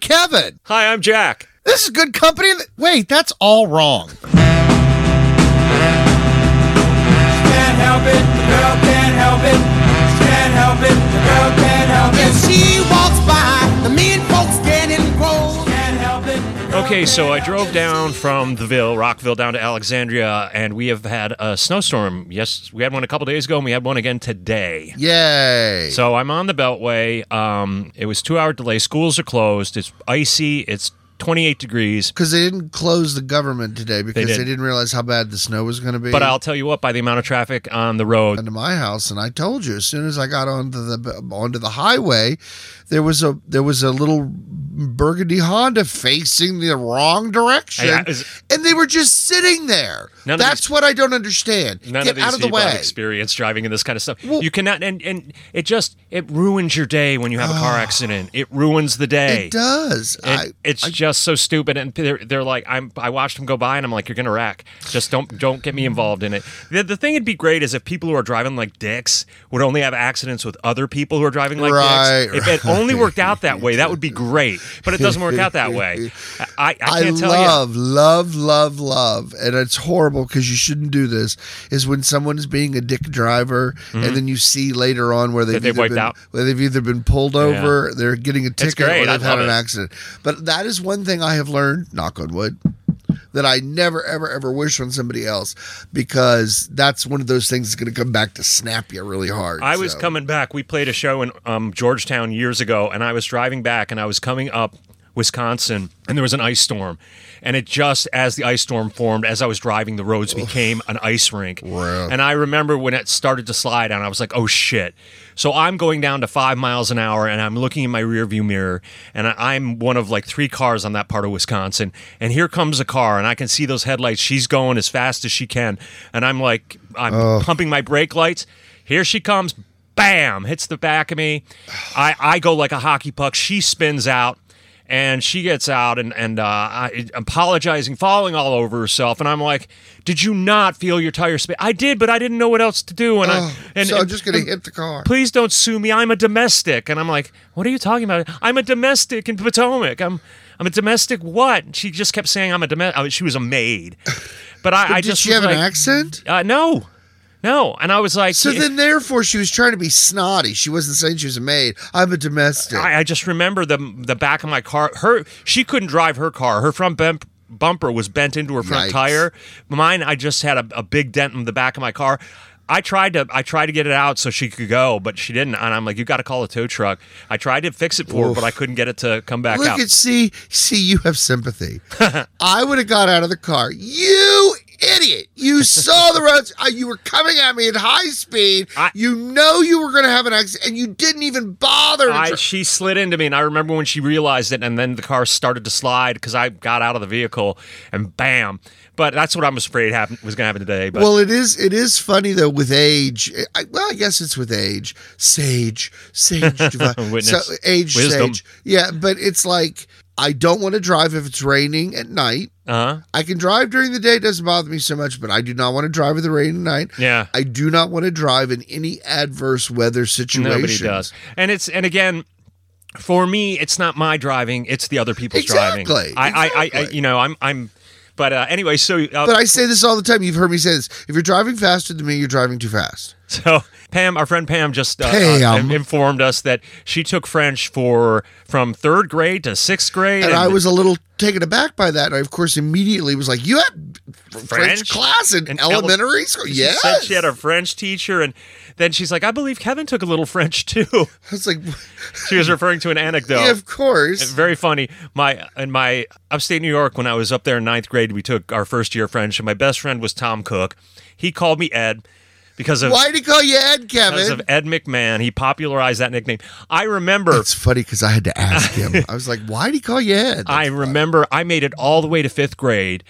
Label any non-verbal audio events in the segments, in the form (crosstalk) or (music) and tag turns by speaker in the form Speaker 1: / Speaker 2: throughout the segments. Speaker 1: Kevin.
Speaker 2: Hi, I'm Jack.
Speaker 1: This is good company. Wait, that's all wrong.
Speaker 3: Can't help it, the girl can't help it. Can't help it, the girl can't help it. she walks by, the mean folks get in grows. Can't help it.
Speaker 2: Okay, so I drove down from the Ville, Rockville, down to Alexandria, and we have had a snowstorm. Yes, we had one a couple days ago, and we had one again today.
Speaker 1: Yay.
Speaker 2: So I'm on the Beltway. Um, it was two hour delay. Schools are closed. It's icy. It's 28 degrees.
Speaker 1: Because they didn't close the government today because they,
Speaker 2: didn't.
Speaker 1: didn't realize how bad the snow was going to be.
Speaker 2: But I'll tell you what, by the amount of traffic on the road,
Speaker 1: into my house, and I told you as soon as I got onto the onto the highway, there was a there was a little burgundy Honda facing the wrong direction,
Speaker 2: Hey, I- is-
Speaker 1: and they were just sitting there.
Speaker 2: None of
Speaker 1: That's
Speaker 2: these-
Speaker 1: what I don't understand.
Speaker 2: none
Speaker 1: Get
Speaker 2: of these
Speaker 1: out of the
Speaker 2: people have
Speaker 1: way.
Speaker 2: experience driving in this kind of stuff.
Speaker 1: Well-
Speaker 2: you cannot, and, and it just, it ruins your day when you have a car accident. It ruins the day.
Speaker 1: Ah. It does.
Speaker 2: It-
Speaker 1: I,
Speaker 2: it's
Speaker 1: I-
Speaker 2: just so stupid, and they're, they're like, I'm. I watched them go by, and I'm like, you're gonna rack. Just don't don't get me involved in it. The, the thing that'd be great is if people who are driving like dicks would only have accidents with other people who are driving like
Speaker 1: Right,
Speaker 2: dicks. If it only worked out that way, that would be great. But it doesn't work out that way. I I
Speaker 1: (laughs) I
Speaker 2: can't tell
Speaker 1: love, love, love, love, and it's horrible because you shouldn't do this. Is when someone is being a dick driver, and then you see later on where they've,
Speaker 2: they've
Speaker 1: either
Speaker 2: Mm-hmm. wiped
Speaker 1: been,
Speaker 2: out.
Speaker 1: where they've either been pulled over, they're getting a ticket,
Speaker 2: great.
Speaker 1: or
Speaker 2: I
Speaker 1: they've had an
Speaker 2: love it.
Speaker 1: accident. But that is one thing I have learned. Knock on wood. That I never, ever, ever wish on somebody else because that's one of those things that's going to come back to snap you really hard.
Speaker 2: I was
Speaker 1: so.
Speaker 2: coming back. We played a show in um, Georgetown years ago, and I was driving back, and I was coming up Wisconsin, and there was an ice storm. And it just as the ice storm formed, as I was driving, the roads became an ice rink.
Speaker 1: Wow.
Speaker 2: And I remember when it started to slide down, I was like, "Oh shit!" So I'm going down to five miles an hour, and I'm looking in my rearview mirror, and I- I'm one of like three cars on that part of Wisconsin. And here comes a car, and I can see those headlights. She's going as fast as she can, and I'm like, I'm pumping my brake lights. Here she comes. Bam! Hits the back of me. I, I go like a hockey puck. She spins out and she gets out and, and uh, I, apologizing, falling all over herself. And I'm like, Did you not feel your tire spin? I did, but I didn't know what else to do. And, I, and,
Speaker 1: so I'm
Speaker 2: and-
Speaker 1: just going
Speaker 2: and
Speaker 1: to hit the car.
Speaker 2: Please don't sue me. I'm a domestic. And I'm like, What are you talking about? I'm a domestic in Potomac. I'm. I'm a domestic. What? And She just kept saying I'm a domestic. I mean, she was a maid, but I, I
Speaker 1: Did
Speaker 2: just
Speaker 1: she
Speaker 2: was
Speaker 1: have an
Speaker 2: like,
Speaker 1: accent?
Speaker 2: uh, no, no. And I was like,
Speaker 1: So
Speaker 2: it-
Speaker 1: then, therefore, she was trying to be snotty. She wasn't saying she was a maid. I'm a domestic.
Speaker 2: I, I just remember the the back of my car. Her she couldn't drive her car. Her front bump, bumper was bent into her front
Speaker 1: Yikes.
Speaker 2: tire. Mine, I just had a, a big dent in the back of my car. I tried to I tried to get it out so she could go, but she didn't. And I'm like, you got to call a tow truck. I tried to fix it for her, but I couldn't get it to come back
Speaker 1: Look
Speaker 2: out.
Speaker 1: at see, see, you have
Speaker 2: (laughs)
Speaker 1: sympathy. I would have got out of the car. You idiot! You saw the roads. Uh, you were coming at me at high speed.
Speaker 2: I-
Speaker 1: you know you were going to have an accident, and you didn't even bother. To
Speaker 2: I,
Speaker 1: try-
Speaker 2: she slid into me, and I remember when she realized it, and then the car started to slide because I got out of the vehicle, and bam! But that's what I'm afraid happened was going to happen today. But
Speaker 1: well, it is. It is funny though. With age, I, well, I guess it's with age. Sage, sage,
Speaker 2: (laughs)
Speaker 1: divi-
Speaker 2: Witness.
Speaker 1: so, age,
Speaker 2: Wisdom.
Speaker 1: sage. Yeah, but it's like I don't want to drive if it's raining at night.
Speaker 2: uh,
Speaker 1: I can drive during the day; it doesn't bother me so much. But I do not want to drive in the rain at night.
Speaker 2: yeah.
Speaker 1: I do not want to drive in any adverse weather situation.
Speaker 2: Nobody does. And it's and again, for me, it's not my driving; it's the other people's
Speaker 1: Exactly,
Speaker 2: driving. I, I, I, I,
Speaker 1: exactly.
Speaker 2: you know, I'm, I'm. But uh, anyway, so uh,
Speaker 1: But I say this all the time. You've heard me say this. If you're driving faster than me, you're driving too fast.
Speaker 2: so Pam, our friend Pam, just uh, uh,
Speaker 1: Pam.
Speaker 2: in- informed us that she took French for from third grade to sixth grade,
Speaker 1: And I was a little taken aback by that. And I, of course, immediately was like, You had French,
Speaker 2: French?
Speaker 1: class in
Speaker 2: In ele-
Speaker 1: elementary school?
Speaker 2: She said
Speaker 1: Yes.
Speaker 2: she had a French teacher, and then she's like, "I believe Kevin took a little French too." (laughs)
Speaker 1: I was like,
Speaker 2: she was referring to an anecdote.
Speaker 1: Yeah, of course.
Speaker 2: Very funny. My in my upstate New York, when I was up there in ninth grade, we took our first year French, and my best friend was Tom Cook. He called me Ed because of
Speaker 1: Why'd he call you Ed,
Speaker 2: because
Speaker 1: Kevin?
Speaker 2: of Ed McMahon. He popularized that nickname. I remember.
Speaker 1: It's funny because I had to ask
Speaker 2: (laughs)
Speaker 1: him. I was like, Why'd he call you Ed?
Speaker 2: I remember. I made it all the way to fifth grade.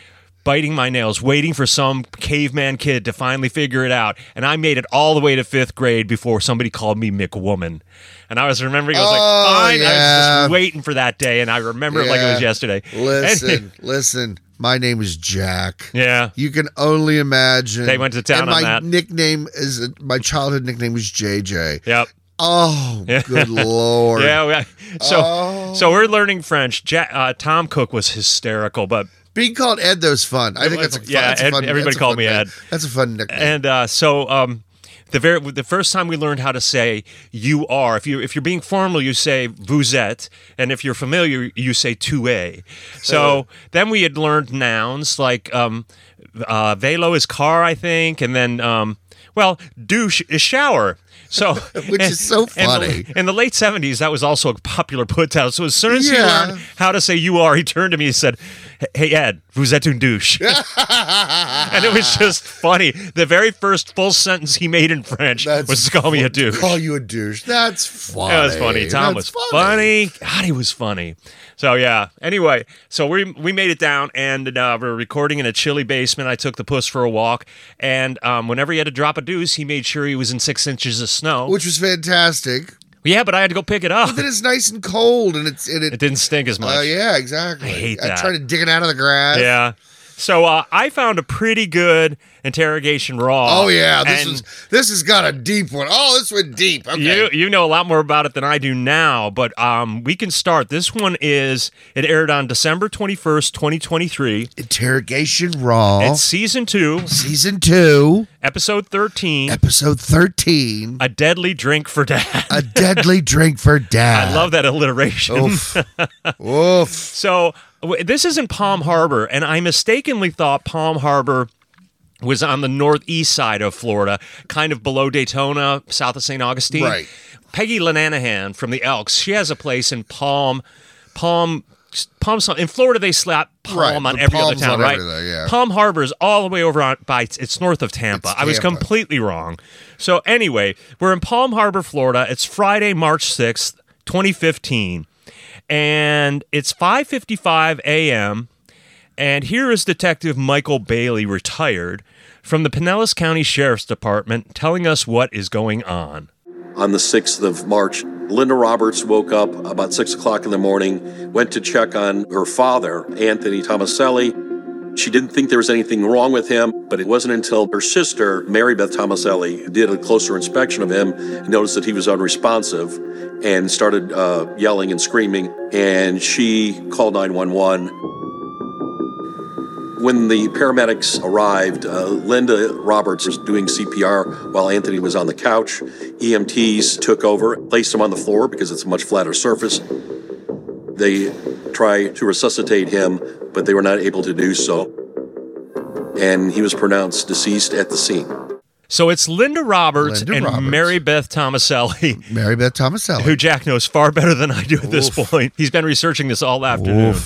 Speaker 2: Biting my nails, waiting for some caveman kid to finally figure it out, and I made it all the way to fifth grade before somebody called me McWoman, and I was remembering I was
Speaker 1: Oh,
Speaker 2: like, "Fine," I was
Speaker 1: yeah.
Speaker 2: just waiting for that day, and I remember it like it was
Speaker 1: Yeah.
Speaker 2: yesterday. (laughs)
Speaker 1: Listen, listen. My name is Jack.
Speaker 2: yeah,
Speaker 1: You can only imagine.
Speaker 2: They went to town
Speaker 1: and
Speaker 2: on
Speaker 1: my
Speaker 2: that.
Speaker 1: nickname is my childhood nickname was JJ.
Speaker 2: Yep.
Speaker 1: Oh,
Speaker 2: (laughs)
Speaker 1: good lord.
Speaker 2: Yeah. we- so so we're learning French. Ja- uh, Tom Cook was hysterical, but
Speaker 1: Being called Ed though is fun. I think that's a fun,
Speaker 2: Yeah,
Speaker 1: that's a
Speaker 2: Ed-
Speaker 1: fun
Speaker 2: everybody
Speaker 1: that's a
Speaker 2: called
Speaker 1: fun
Speaker 2: me
Speaker 1: nick-
Speaker 2: Ed.
Speaker 1: That's a fun nickname.
Speaker 2: (laughs) and uh, so um, the very the first time we learned how to say you are. If you if you're being formal, you say vous êtes, and if you're familiar, you say tu es. So
Speaker 1: (laughs)
Speaker 2: then we had learned nouns like um, uh, velo is car, I think, and then um, well douche is shower. So,
Speaker 1: (laughs) Which is so funny.
Speaker 2: And the, in the late seventies, that was also a popular put down. So as soon as
Speaker 1: Yeah.
Speaker 2: he learned how to say "you are," he turned to me and said, "Hey Ed, vous êtes
Speaker 1: (laughs)
Speaker 2: une douche." and it
Speaker 1: Ah.
Speaker 2: was just funny. The very first full sentence he made in French
Speaker 1: That's
Speaker 2: was to call me a douche.
Speaker 1: Call you a douche. That's funny.
Speaker 2: That was funny. Tom
Speaker 1: That's
Speaker 2: was funny. God, he was funny. So yeah. Anyway, so we we made it down, and uh, we were recording in a chilly basement. I took the puss for a walk, and um, whenever he had to drop a deuce, he made sure he was in six inches of snow.
Speaker 1: Which was fantastic.
Speaker 2: yeah, but I had to go pick it up.
Speaker 1: Then it's nice and cold and it's and
Speaker 2: It
Speaker 1: it,
Speaker 2: didn't stink as much.
Speaker 1: uh, yeah, exactly.
Speaker 2: I hate
Speaker 1: I
Speaker 2: that.
Speaker 1: tried to dig it out of the grass.
Speaker 2: Yeah. So uh, I found a pretty good interrogation raw.
Speaker 1: Oh yeah, this
Speaker 2: and
Speaker 1: is this has got a deep one. Oh, this went deep. Okay.
Speaker 2: You you know a lot more about it than I do now, but um, we can start. This one is it aired on December twenty first, twenty twenty three.
Speaker 1: Interrogation Raw,
Speaker 2: It's season two,
Speaker 1: season two,
Speaker 2: episode thirteen.
Speaker 1: episode thirteen.
Speaker 2: a deadly drink for dad. (laughs)
Speaker 1: a deadly drink for dad.
Speaker 2: I love that alliteration.
Speaker 1: Oof. Oof.
Speaker 2: (laughs) So w- this is in Palm Harbor, and I mistakenly thought Palm Harbor was on the northeast side of Florida, kind of below Daytona, south of St. Augustine.
Speaker 1: Right.
Speaker 2: Peggy Lananahan from the Elks, she has a place in Palm, Palm. Palm Sun- in Florida they slap palm
Speaker 1: Right,
Speaker 2: on
Speaker 1: the
Speaker 2: every other
Speaker 1: palm's
Speaker 2: town,
Speaker 1: on
Speaker 2: right?
Speaker 1: everything, yeah.
Speaker 2: Palm Harbor is all the way over on by it's north of Tampa.
Speaker 1: It's
Speaker 2: I was
Speaker 1: Tampa.
Speaker 2: completely wrong. So anyway, we're in Palm Harbor, Florida. It's Friday, March 6th, 2015. And it's 5:55 a.m. And here is Detective Michael Bailey, retired, from the Pinellas County Sheriff's Department telling us what is going on.
Speaker 4: on the 6th of March. Linda Roberts woke up about 6 o'clock in the morning, went to check on her father, Anthony Tomaselli. She didn't think there was anything wrong with him, but it wasn't until her sister, Mary Beth Tomaselli, did a closer inspection of him and noticed that he was unresponsive and started uh, yelling and screaming. And she called 911. When the paramedics arrived, uh, Linda Roberts was doing CPR while Anthony was on the couch. EMTs took over, placed him on the floor because it's a much flatter surface. They tried to resuscitate him, but they were not able to do so. And he was pronounced deceased at the scene.
Speaker 2: So it's Linda Roberts
Speaker 1: Linda
Speaker 2: and
Speaker 1: Roberts.
Speaker 2: Mary Beth Tomaselli, (laughs)
Speaker 1: Mary Beth Tomaselli.
Speaker 2: who Jack knows far better than I do at this point. He's been researching this all afternoon.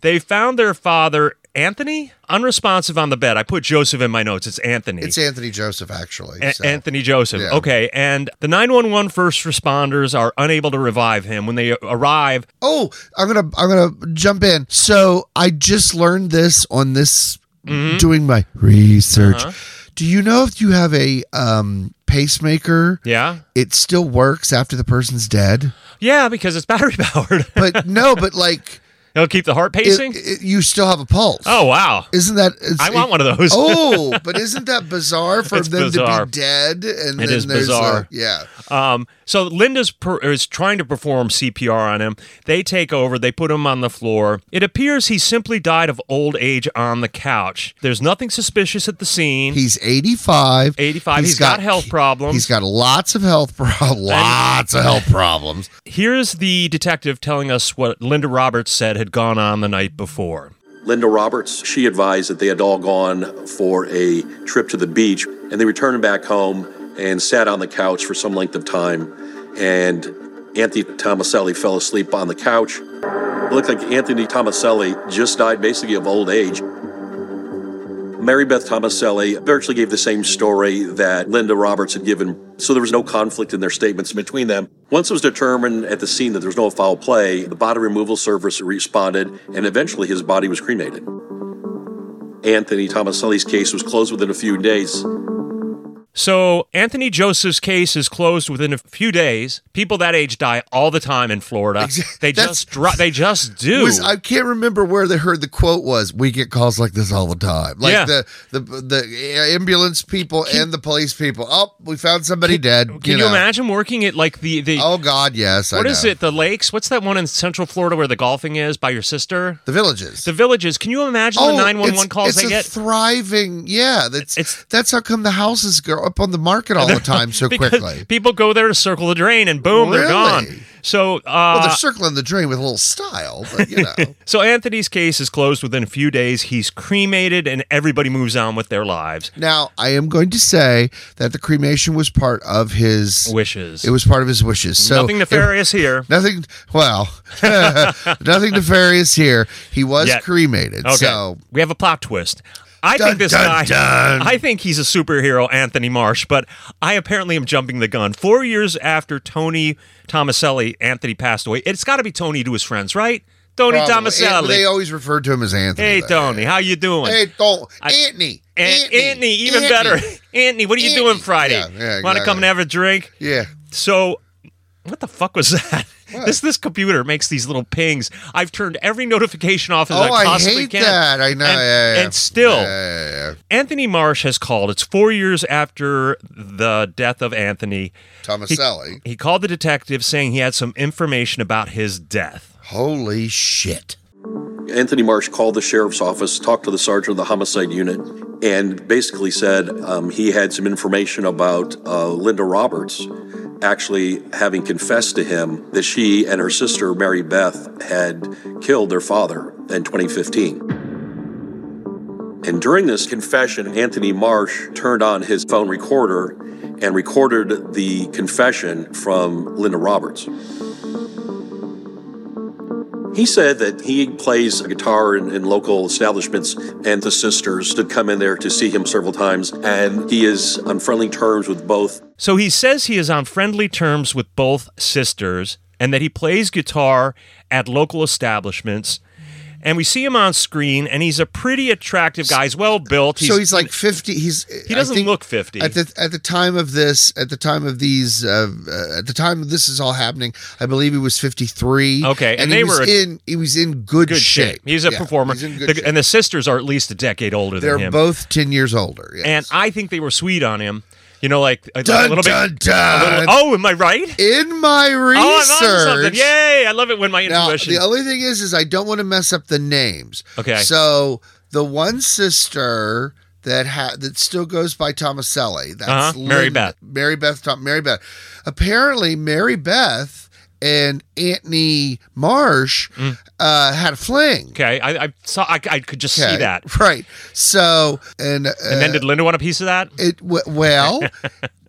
Speaker 2: They found their father, Anthony, unresponsive on the bed. I put Joseph in my notes. It's Anthony.
Speaker 1: it's Anthony Joseph, actually.
Speaker 2: A-
Speaker 1: so.
Speaker 2: Anthony Joseph.
Speaker 1: Yeah.
Speaker 2: Okay. And the 911 first responders are unable to revive him. When they arrive,
Speaker 1: Oh, I'm gonna I'm gonna jump in. So I just learned this on this
Speaker 2: Mm-hmm.
Speaker 1: doing my research.
Speaker 2: Uh-huh.
Speaker 1: Do you know if you have a um, pacemaker,
Speaker 2: yeah.
Speaker 1: it still works after the person's dead?
Speaker 2: Yeah, because it's battery (laughs) powered.
Speaker 1: But no, but
Speaker 2: (laughs)
Speaker 1: like
Speaker 2: It'll keep the heart
Speaker 1: it,
Speaker 2: pacing.
Speaker 1: it- you still have a pulse.
Speaker 2: oh, wow.
Speaker 1: Isn't that? It's,
Speaker 2: I want one of those.
Speaker 1: (laughs) oh, but isn't that bizarre for
Speaker 2: It's
Speaker 1: them
Speaker 2: bizarre.
Speaker 1: to be dead? And
Speaker 2: It
Speaker 1: then
Speaker 2: is
Speaker 1: there's
Speaker 2: bizarre.
Speaker 1: A, yeah,
Speaker 2: Um, so Linda's per- is trying to perform CPR on him. They take over. They put him on the floor. It appears he simply died of old age on the couch. There's nothing suspicious at the scene.
Speaker 1: he's 85.
Speaker 2: 85. He's got health problems.
Speaker 1: He's got lots of health problems. (laughs) Lots of health problems.
Speaker 2: Here's the detective telling us what Linda Roberts said had gone on the night before.
Speaker 4: Linda Roberts, she advised that they had all gone for a trip to the beach and they returned back home and sat on the couch for some length of time. And Anthony Tomaselli fell asleep on the couch. It looked like Anthony Tomaselli just died basically of old age. Mary Beth Tomaselli virtually gave the same story that Linda Roberts had given, so there was no conflict in their statements between them. Once it was determined at the scene that there was no foul play, the body removal service responded, and eventually his body was cremated. Anthony Tomaselli's case was closed within a few days.
Speaker 2: So, Anthony Joseph's case is closed within a few days. People that age die all the time in Florida.
Speaker 1: Exact- (laughs)
Speaker 2: They
Speaker 1: that's-
Speaker 2: just dro- they just do.
Speaker 1: Was, I can't remember where they heard the quote was. We get calls like this all the time. Like
Speaker 2: Yeah.
Speaker 1: the, the the ambulance people and the police people. Oh, we found somebody dead.
Speaker 2: Can you,
Speaker 1: know.
Speaker 2: imagine working at like the the
Speaker 1: Oh God, yes.
Speaker 2: what
Speaker 1: I
Speaker 2: is
Speaker 1: know.
Speaker 2: it? The lakes? What's that one in Central Florida where the golfing is by your sister?
Speaker 1: The villages.
Speaker 2: The villages. Can you imagine the
Speaker 1: Oh,
Speaker 2: nine one one
Speaker 1: it's-
Speaker 2: calls
Speaker 1: it's
Speaker 2: they
Speaker 1: a
Speaker 2: get?
Speaker 1: Thriving, yeah. That's
Speaker 2: It's-
Speaker 1: that's how come the houses go up on the market all
Speaker 2: (laughs)
Speaker 1: the time so
Speaker 2: because
Speaker 1: quickly.
Speaker 2: people go there to circle the drain and boom, they're
Speaker 1: Really?
Speaker 2: gone. So, uh,
Speaker 1: Well, they're circling the drain with a little style, but you know. (laughs)
Speaker 2: so Anthony's case is closed within a few days. He's cremated, and everybody moves on with their lives.
Speaker 1: now, I am going to say that the cremation was part of his
Speaker 2: Wishes.
Speaker 1: It was part of his wishes. So
Speaker 2: Nothing
Speaker 1: it-
Speaker 2: nefarious here.
Speaker 1: Nothing. Well, (laughs) nothing nefarious here. He was
Speaker 2: Yet.
Speaker 1: cremated.
Speaker 2: Okay.
Speaker 1: So
Speaker 2: we have a plot twist. I
Speaker 1: Dun,
Speaker 2: think this
Speaker 1: dun,
Speaker 2: guy,
Speaker 1: dun.
Speaker 2: I think he's a superhero, Anthony Marsh, but I apparently am jumping the gun. Four years after Tony Tomaselli, Anthony passed away. It's got to be Tony to his friends, right? Tony
Speaker 1: probably-
Speaker 2: Tomaselli.
Speaker 1: They always referred to him as Anthony.
Speaker 2: hey,
Speaker 1: though.
Speaker 2: Tony, how you doing?
Speaker 1: Hey, Don. Anthony.
Speaker 2: An- Anthony, even better. (laughs) Anthony, what are you
Speaker 1: Anthony.
Speaker 2: doing Friday?
Speaker 1: Yeah, yeah,
Speaker 2: Want to
Speaker 1: exactly.
Speaker 2: come and have a drink?
Speaker 1: Yeah.
Speaker 2: So, what the fuck was (laughs) that? This this computer makes these little pings. I've turned every notification off as
Speaker 1: Oh,
Speaker 2: I
Speaker 1: I
Speaker 2: possibly
Speaker 1: hate
Speaker 2: can.
Speaker 1: that. I know.
Speaker 2: And,
Speaker 1: yeah, yeah, yeah.
Speaker 2: and still,
Speaker 1: Yeah, yeah, yeah.
Speaker 2: Anthony Marsh has called. It's four years after the death of Anthony.
Speaker 1: Tomaselli.
Speaker 2: He called the detective saying he had some information about his death.
Speaker 1: Holy shit.
Speaker 4: Anthony Marsh called the sheriff's office, talked to the sergeant of the homicide unit, and basically said um, he had some information about uh, Linda Roberts actually having confessed to him that she and her sister, Mary Beth, had killed their father in 2015. And during this confession, Anthony Marsh turned on his phone recorder and recorded the confession from Linda Roberts. He said that he plays guitar in, in local establishments, and the sisters had come in there to see him several times, and he is on friendly terms with both.
Speaker 2: So he says he is on friendly terms with both sisters and that he plays guitar at local establishments. And we see him on screen, and he's a pretty attractive guy. He's well built.
Speaker 1: so he's like 50 he's
Speaker 2: He doesn't look 50.
Speaker 1: at the at the time of this at the time of these uh, uh, at the time this is all happening i believe he was 53
Speaker 2: Okay,
Speaker 1: and,
Speaker 2: and
Speaker 1: he
Speaker 2: they
Speaker 1: was
Speaker 2: were-
Speaker 1: in he was in good,
Speaker 2: good shape. He's a
Speaker 1: Yeah,
Speaker 2: performer,
Speaker 1: he's in good
Speaker 2: The-
Speaker 1: shape.
Speaker 2: and the sisters are at least a decade older
Speaker 1: they're
Speaker 2: than him.
Speaker 1: both 10 years older yes.
Speaker 2: and I think they were sweet on him. You know, like, like a
Speaker 1: dun,
Speaker 2: little bit.
Speaker 1: dun,
Speaker 2: a
Speaker 1: dun.
Speaker 2: little- oh, am I right?
Speaker 1: in my
Speaker 2: Oh, I'm onto
Speaker 1: research
Speaker 2: something. Yay! I love it when my
Speaker 1: now
Speaker 2: intuition.
Speaker 1: the only thing is is i don't want to mess up the names
Speaker 2: Okay.
Speaker 1: so the one sister that ha- that still goes by Tomaselli. That's
Speaker 2: Uh-huh. Mary
Speaker 1: Lynn-
Speaker 2: Beth.
Speaker 1: Mary Beth. Tom- Mary Beth. Apparently, Mary Beth and Anthony Marsh
Speaker 2: Mm.
Speaker 1: uh, had a fling.
Speaker 2: okay, I, I saw. I, I could just see
Speaker 1: Okay.
Speaker 2: that.
Speaker 1: Right. So and uh,
Speaker 2: And then did Linda want a piece of that?
Speaker 1: it w-
Speaker 2: (laughs)
Speaker 1: well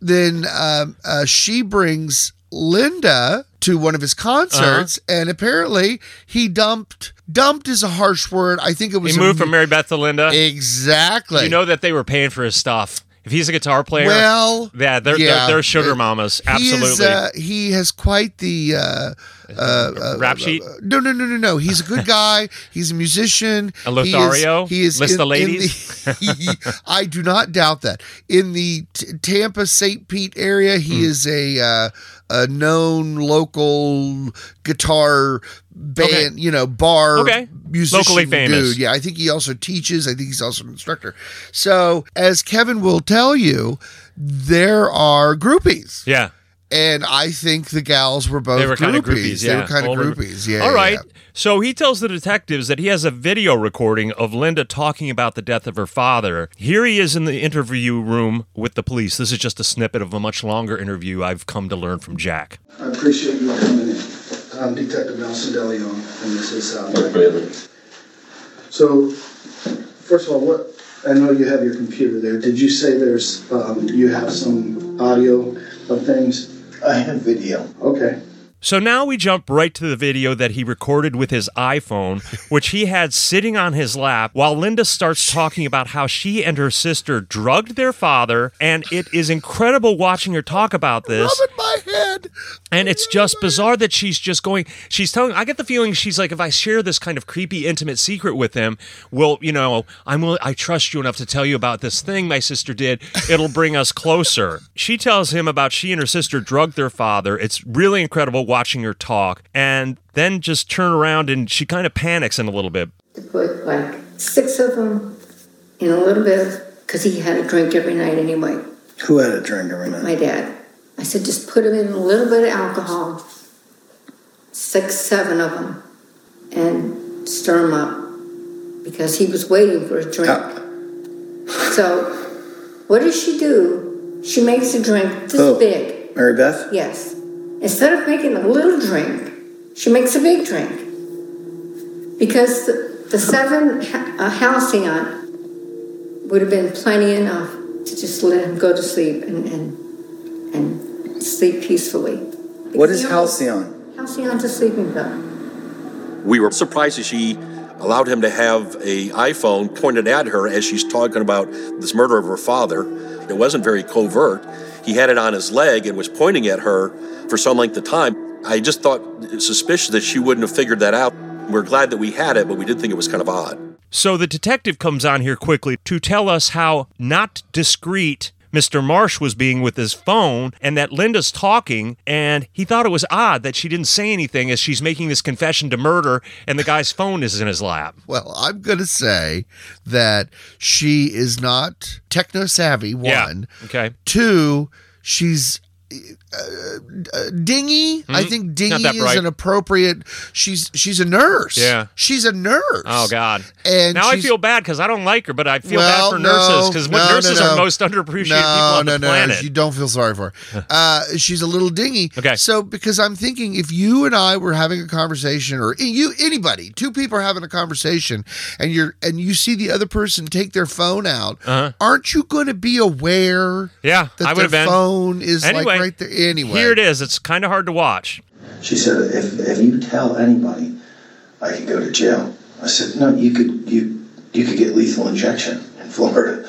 Speaker 1: then um, uh, she brings linda to one of his concerts
Speaker 2: Uh-huh.
Speaker 1: and apparently he dumped dumped is a harsh word i think it was
Speaker 2: He
Speaker 1: a
Speaker 2: moved
Speaker 1: mu-
Speaker 2: from Mary Beth to Linda.
Speaker 1: exactly
Speaker 2: you know that they were paying for his stuff. If he's a guitar player,
Speaker 1: well
Speaker 2: yeah, they're
Speaker 1: yeah.
Speaker 2: They're, they're sugar mamas.
Speaker 1: he
Speaker 2: Absolutely.
Speaker 1: is, uh, he has quite the uh, uh, uh,
Speaker 2: Rap sheet?
Speaker 1: uh, no, no, no, no, no. He's a good guy. He's a musician.
Speaker 2: (laughs) A
Speaker 1: He is-
Speaker 2: Lothario?
Speaker 1: He is.
Speaker 2: List
Speaker 1: in-
Speaker 2: the
Speaker 1: in
Speaker 2: ladies?
Speaker 1: the- (laughs) I do not doubt that. In the T- Tampa St. Pete area, he
Speaker 2: Hmm.
Speaker 1: is a uh, a known local guitar band.
Speaker 2: Okay.
Speaker 1: You know, bar
Speaker 2: Okay.
Speaker 1: musician
Speaker 2: Locally famous.
Speaker 1: dude. Yeah, I think he also teaches. I think he's also an instructor. So, as Kevin will tell you, there are groupies
Speaker 2: yeah.
Speaker 1: and I think the gals were both
Speaker 2: They were kind
Speaker 1: groupies.
Speaker 2: of groupies. Yeah.
Speaker 1: They were kind of
Speaker 2: Older-
Speaker 1: groupies. Yeah.
Speaker 2: All right.
Speaker 1: yeah.
Speaker 2: So he tells the detectives that he has a video recording of Linda talking about the death of her father. Here he is in the interview room with the police. This is just a snippet of a much longer interview I've come to learn from Jack.
Speaker 5: I appreciate you coming in. I'm Detective Nelson DeLeon, and this is South So, first of all, what I know you have your computer there. Did you say there's um, you have some audio of things?
Speaker 6: I have video.
Speaker 5: Okay.
Speaker 2: So now we jump right to the video that he recorded with his iPhone, which he had sitting on his lap while Linda starts talking about how she and her sister drugged their father. And it is incredible watching her talk about this.
Speaker 1: Rubbing my head.
Speaker 2: And it's just bizarre that she's just going. She's telling. I get the feeling she's like, if I share this kind of creepy, intimate secret with him, well, you know, I'm. will- I trust you enough to tell you about this thing my sister did. It'll bring us closer. She tells him about she and her sister drugged their father. It's really incredible watching her talk, and then just turn around and she kind of panics in a little bit.
Speaker 6: put like six of them in a little bit because he had a drink every night anyway.
Speaker 7: Who had a drink every night?
Speaker 6: My dad. I said, just put them in a little bit of alcohol, six, seven of them, and stir them up because he was waiting for a drink.
Speaker 7: Ah.
Speaker 6: So, what does she do? She makes a drink this
Speaker 7: Who?
Speaker 6: big.
Speaker 7: Oh. Mary Beth?
Speaker 6: Yes. Instead of making a little drink, she makes a big drink. Because the, the seven ha- a housing on would have been plenty enough to just let him go to sleep and, and, and sleep peacefully.
Speaker 7: What is Halcyon?
Speaker 6: Halcyon to sleeping pill.
Speaker 4: We were surprised that she allowed him to have a iPhone pointed at her as she's talking about this murder of her father. It wasn't very covert. He had it on his leg and was pointing at her for some length of time. I just thought it's suspicious that she wouldn't have figured that out. We're glad that we had it, but we did think it was kind of odd.
Speaker 2: So the detective comes on here quickly to tell us how not discreet Mr. Marsh was being with his phone and that Linda's talking and he thought it was odd that she didn't say anything as she's making this confession to murder and the guy's phone is in his lap.
Speaker 1: Well, I'm going to say that she is not techno savvy, one.
Speaker 2: Yeah. Okay.
Speaker 1: Two, she's uh, uh, dingy. I think dingy
Speaker 2: Hmm. that
Speaker 1: is
Speaker 2: bright.
Speaker 1: an appropriate. She's she's a nurse.
Speaker 2: Yeah.
Speaker 1: she's a nurse.
Speaker 2: Oh God!
Speaker 1: And
Speaker 2: now I
Speaker 1: she's-
Speaker 2: feel bad because I don't like her, but I feel
Speaker 1: Well,
Speaker 2: bad for
Speaker 1: no,
Speaker 2: nurses because
Speaker 1: no, no,
Speaker 2: nurses
Speaker 1: no.
Speaker 2: are most underappreciated people on the
Speaker 1: no,
Speaker 2: planet.
Speaker 1: No, you don't feel sorry for her. Uh, she's a little dingy.
Speaker 2: Okay.
Speaker 1: So because I'm thinking, if you and I were having a conversation, or you, anybody, two people are having a conversation, and you're and you see the other person take their phone out,
Speaker 2: Uh-huh.
Speaker 1: aren't you going to be aware?
Speaker 2: Yeah,
Speaker 1: that
Speaker 2: I would
Speaker 1: their
Speaker 2: have been.
Speaker 1: phone is
Speaker 2: Anyway,
Speaker 1: like right there. Anyway,
Speaker 2: Here it is. It's kind of hard to watch.
Speaker 7: She said, if, if you tell anybody, I could go to jail. I said, no, you could you you could get lethal injection in Florida.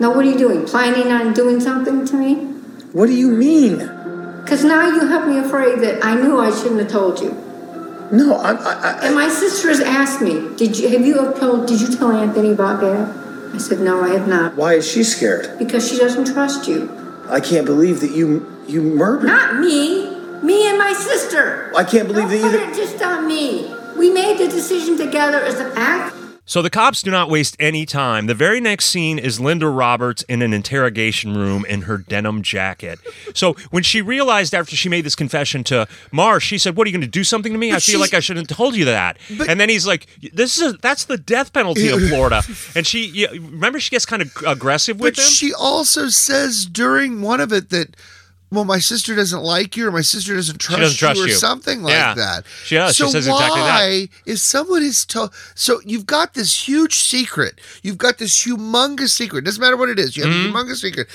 Speaker 6: Now, what are you doing? Planning on doing something to me?
Speaker 7: What do you mean?
Speaker 6: Because now you have me afraid that I knew I shouldn't have told you.
Speaker 7: No, I, I, I
Speaker 6: And my sisters asked me, "Did you have you have told? Did you tell Anthony about that?" I said, "No, I have not."
Speaker 7: why is she scared?
Speaker 6: Because she doesn't trust you.
Speaker 7: I can't believe that you you murdered.
Speaker 6: Not me. Me and my sister.
Speaker 7: I can't believe
Speaker 6: Don't
Speaker 7: that
Speaker 6: put
Speaker 7: either-
Speaker 6: it just on me. We made the decision together as a pact.
Speaker 2: So the cops do not waste any time. The very next scene is Linda Roberts in an interrogation room in her denim jacket. So when she realized after she made this confession to Marsh, she said, "What are you going to do something to me? I feel
Speaker 1: she's-
Speaker 2: like I shouldn't have told you that."
Speaker 1: But-
Speaker 2: and then he's like, "This is that's the death penalty
Speaker 1: (laughs)
Speaker 2: of Florida." and she you, remember she gets kind of aggressive with
Speaker 1: But
Speaker 2: him.
Speaker 1: she also says during one of it that, well, my sister doesn't like you, or my sister doesn't trust,
Speaker 2: doesn't trust
Speaker 1: you, or
Speaker 2: you.
Speaker 1: something like
Speaker 2: Yeah.
Speaker 1: that.
Speaker 2: She does. She
Speaker 1: So
Speaker 2: says
Speaker 1: why,
Speaker 2: exactly that.
Speaker 1: if someone is told, so you've got this huge secret, you've got this humongous secret. Doesn't matter what it is, you have
Speaker 2: Mm-hmm.
Speaker 1: a humongous secret,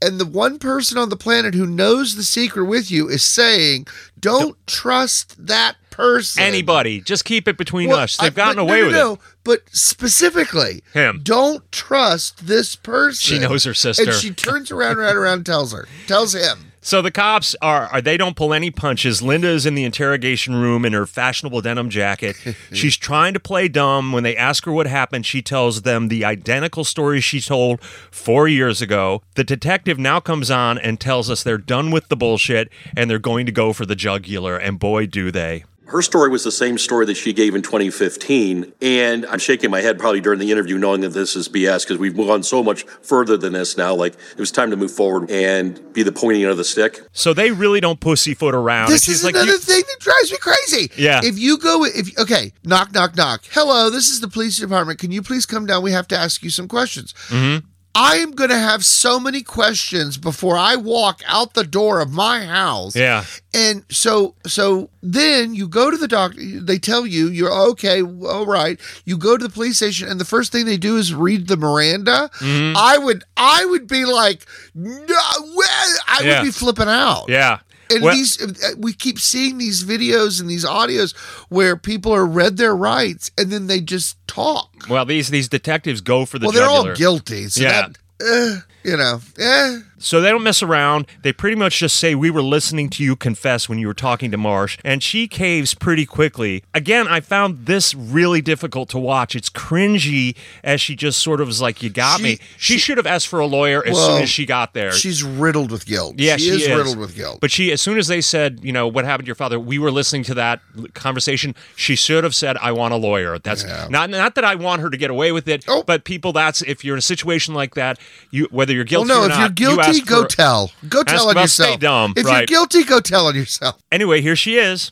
Speaker 1: and the one person on the planet who knows the secret with you is saying, "Don't, trust that person."
Speaker 2: Anybody, just keep it between
Speaker 1: Well,
Speaker 2: us. They've
Speaker 1: I- but
Speaker 2: gotten
Speaker 1: no,
Speaker 2: away
Speaker 1: no,
Speaker 2: with
Speaker 1: no,
Speaker 2: it.
Speaker 1: But specifically,
Speaker 2: Him.
Speaker 1: Don't trust this person.
Speaker 2: She knows her sister.
Speaker 1: and she turns around, around, around, and tells her, tells
Speaker 2: (laughs)
Speaker 1: him.
Speaker 2: So the cops are, are they don't pull any punches. Linda is in the interrogation room in her fashionable denim jacket.
Speaker 1: (laughs)
Speaker 2: She's trying to play dumb. When they ask her what happened, she tells them the identical story she told four years ago. The detective now comes on and tells us they're done with the bullshit and they're going to go for the jugular. And boy, do they.
Speaker 4: Her story was the same story that she gave in 2015. And I'm shaking my head probably during the interview knowing that this is BS because we've gone so much further than this now. Like it was time to move forward and be the pointing end of the stick.
Speaker 2: So they really don't pussyfoot around.
Speaker 1: This
Speaker 2: And
Speaker 1: is another
Speaker 2: "You-
Speaker 1: thing that drives me crazy.
Speaker 2: Yeah.
Speaker 1: If you go, if okay, knock, knock, knock. Hello, this is the police department. Can you please come down? We have to ask you some questions.
Speaker 2: Mm-hmm.
Speaker 1: I am going to have so many questions before I walk out the door of my house.
Speaker 2: Yeah.
Speaker 1: And so, so then you go to the doctor. They tell you you're okay. All right. You go to the police station, and the first thing they do is read the Miranda.
Speaker 2: Mm-hmm.
Speaker 1: I would, I would be like, no, well," I
Speaker 2: Yeah.
Speaker 1: would be flipping out.
Speaker 2: Yeah.
Speaker 1: And
Speaker 2: Well-
Speaker 1: these, uh, we keep seeing these videos and these audios where people are read their rights and then they just talk.
Speaker 2: Well, these these detectives go for the
Speaker 1: well, they're all
Speaker 2: jugular.
Speaker 1: guilty. So
Speaker 2: Yeah.
Speaker 1: that, uh, you know, eh.
Speaker 2: So they don't mess around. They pretty much just say, We were listening to you confess when you were talking to Marsh. And she caves pretty quickly. Again, I found this really difficult to watch. It's cringy as she just sort of is like, You got
Speaker 1: She-
Speaker 2: me. She,
Speaker 1: she-
Speaker 2: should have asked for a lawyer as
Speaker 1: Well,
Speaker 2: soon as she got there.
Speaker 1: She's riddled with guilt.
Speaker 2: yeah, she,
Speaker 1: is, riddled with guilt.
Speaker 2: But she, as soon as they said, you know, what happened to your father, we were listening to that l- conversation. She should have said, "I want a lawyer." That's
Speaker 1: Yeah.
Speaker 2: not not that I want her to get away with it,
Speaker 1: Oh.
Speaker 2: but people, that's if you're in a situation like that, you whether you're
Speaker 1: well,
Speaker 2: guilty
Speaker 1: no,
Speaker 2: or
Speaker 1: if
Speaker 2: not,
Speaker 1: you're guilty,
Speaker 2: you ask
Speaker 1: go
Speaker 2: for-
Speaker 1: tell. Go tell on
Speaker 2: well, stay
Speaker 1: yourself.
Speaker 2: dumb,
Speaker 1: if you're
Speaker 2: right.
Speaker 1: guilty, go tell on yourself.
Speaker 2: Anyway, here she is.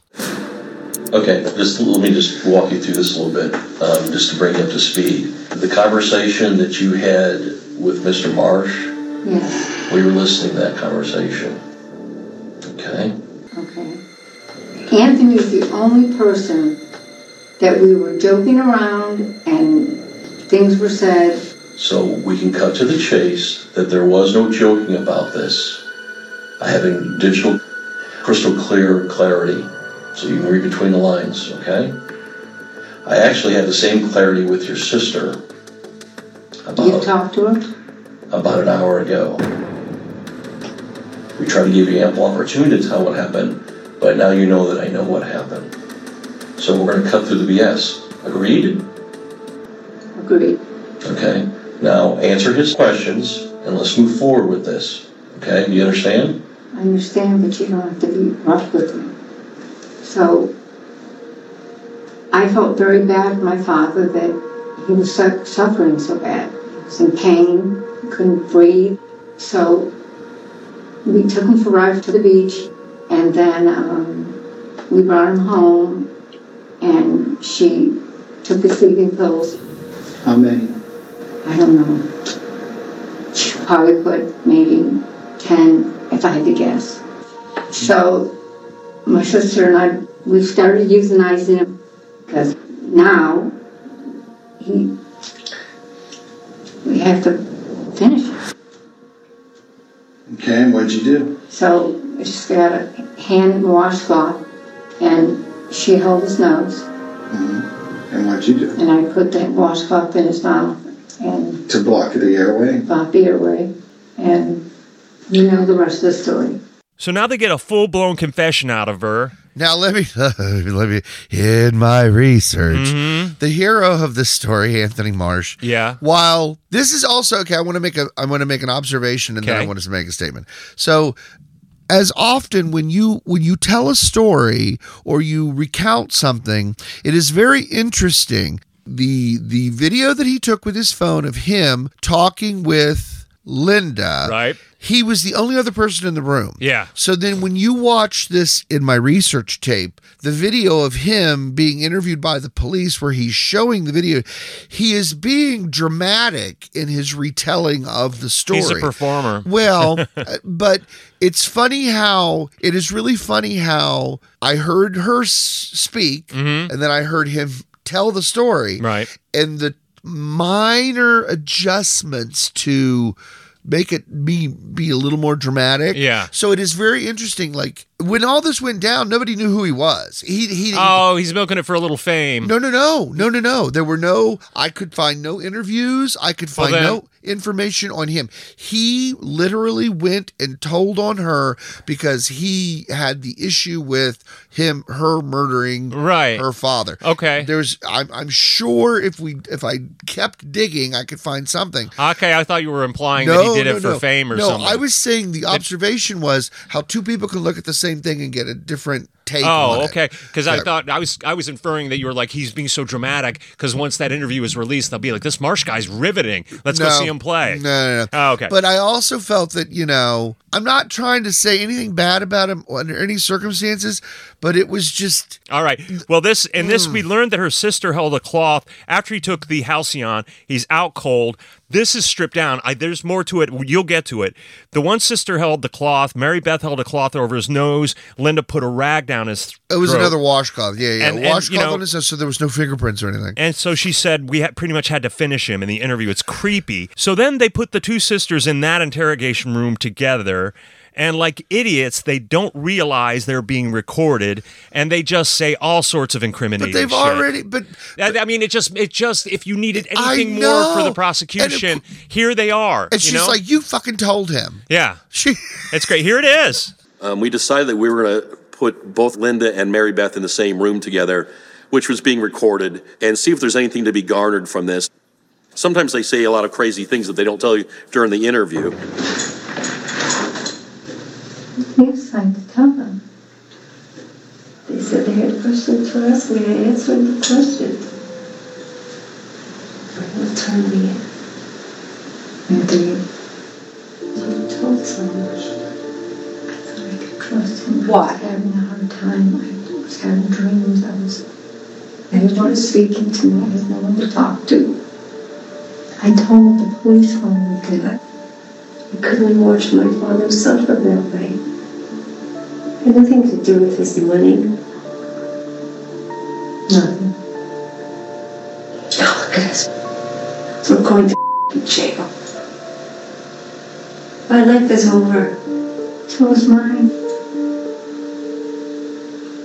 Speaker 7: Okay, just let me just walk you through this a little bit, um, just to bring you up to speed. The conversation that you had with Mr. Marsh,
Speaker 6: Yes.
Speaker 7: we were listening to that conversation. Okay?
Speaker 6: Okay. Anthony is the only person that we were joking around and things were said.
Speaker 7: So we can cut to the chase that there was no joking about this. Having digital, crystal clear clarity, so you can read between the lines, okay? I actually had the same clarity with your sister
Speaker 6: You
Speaker 7: about,
Speaker 6: talked to her?
Speaker 7: about an hour ago. We tried to give you ample opportunity to tell what happened, but now you know that I know what happened. So we're going to cut through the BS. Agreed?
Speaker 6: Agreed.
Speaker 7: Okay, now answer his questions and let's move forward with this. Okay, do you understand?
Speaker 6: I understand, but you don't have to be rough with me. So, I felt very bad for my father that he was su- suffering so bad. He was in pain, couldn't breathe. So, we took him for a ride to the beach, and then um, we brought him home, and she took his sleeping pills.
Speaker 5: How many?
Speaker 6: I don't know. She probably put maybe 10, if I had to guess. So my sister and I, we started euthanizing him because now he, we have to finish him.
Speaker 5: Okay, and what'd you do?
Speaker 6: So she's got a hand washcloth and she held his nose
Speaker 5: Mm-hmm. And what'd you do?
Speaker 6: and I put that washcloth in his mouth and
Speaker 5: To block the airway?
Speaker 6: Bobby away, and you know the rest of the story.
Speaker 2: So now they get a full blown confession out of her.
Speaker 1: Now let me (laughs) let me in my research. The hero of this story, Anthony Marsh.
Speaker 2: Mm-hmm. Yeah.
Speaker 1: While this is also okay, I want to make a I want to make an observation and then I
Speaker 2: Okay.
Speaker 1: want to make a statement. So as often when you when you tell a story or you recount something, it is very interesting the the video that he took with his phone of him talking with Linda.
Speaker 2: Right.
Speaker 1: He was the only other person in the room.
Speaker 2: Yeah.
Speaker 1: So then when you watch this in my research tape, the video of him being interviewed by the police where he's showing the video, he is being dramatic in his retelling of the story.
Speaker 2: He's a performer. (laughs)
Speaker 1: Well, uh, but it's funny how it is really funny how I heard her s- speak
Speaker 2: Mm-hmm.
Speaker 1: and then I heard him tell the story. (laughs)
Speaker 2: Right.
Speaker 1: And the minor adjustments to make it be be a little more dramatic.
Speaker 2: Yeah.
Speaker 1: So it is very interesting like when all this went down nobody knew who he was. He he
Speaker 2: Oh, he's milking it for a little fame.
Speaker 1: no, no, no, no, no, no. There were no. I could find no interviews. I could
Speaker 2: Well,
Speaker 1: find
Speaker 2: then-
Speaker 1: no information on him. He literally went and told on her because he had the issue with him, her murdering
Speaker 2: Right.
Speaker 1: her father.
Speaker 2: Okay.
Speaker 1: There's. I'm. I'm sure if we if I kept digging, I could find something.
Speaker 2: Okay, I thought you were implying that he did it for fame or
Speaker 1: no,
Speaker 2: something.
Speaker 1: I was saying the observation was how two people can look at the same thing and get a different take. on
Speaker 2: Oh,
Speaker 1: it.
Speaker 2: okay. Because I
Speaker 1: Yeah.
Speaker 2: thought I was I was inferring that you were like he's being so dramatic because once that interview is released, they'll be like, "This Marsh guy's riveting. Let's go
Speaker 1: No.
Speaker 2: see him play."
Speaker 1: No, no, no.
Speaker 2: Oh, okay.
Speaker 1: But I also felt that, you know, I'm not trying to say anything bad about him under any circumstances, but it was just
Speaker 2: All right. Well, this and this
Speaker 1: Mm.
Speaker 2: we learned that her sister held a cloth after he took the halcyon. He's out cold. This is stripped down. I, there's more to it. You'll get to it. The one sister held the cloth. Mary Beth held a cloth over his nose. Linda put a rag down his.
Speaker 1: it was
Speaker 2: throat.
Speaker 1: another washcloth. Yeah, yeah.
Speaker 2: And- and, you
Speaker 1: washcloth
Speaker 2: know-
Speaker 1: on his nose, so there was no fingerprints or anything.
Speaker 2: And so she said we had pretty much had to finish him in the interview. It's creepy. So then they put the two sisters in that interrogation room together And like idiots, they don't realize they're being recorded, and they just say all sorts of incriminating.
Speaker 1: But they've
Speaker 2: shit.
Speaker 1: already. But
Speaker 2: I, I mean, it just it just if you needed
Speaker 1: I
Speaker 2: anything more for
Speaker 1: know.
Speaker 2: the prosecution, here they are.
Speaker 1: and
Speaker 2: you
Speaker 1: she's
Speaker 2: know?
Speaker 1: like, you fucking told him. (laughs)
Speaker 2: yeah,
Speaker 1: She.
Speaker 2: it's great. Here it is.
Speaker 4: Um, we decided that we were going to put both Linda and Mary Beth in the same room together, which was being recorded, and see if there's anything to be garnered from this. Sometimes they say a lot of crazy things that they don't tell you during the interview.
Speaker 8: He was trying to tell them. They said they had questions for us, and I answered the questions. But he'll turn me in. And they he told so much. I thought I could trust him. I
Speaker 9: Why?
Speaker 8: was having a hard time. I was having dreams. I was. Everyone was speaking to me. I had no one to talk to. I told the police when we did it. I couldn't watch my father suffer that way. It had nothing to do with his money. Nothing. Oh, guys. We're going to jail. My life is over. So is mine.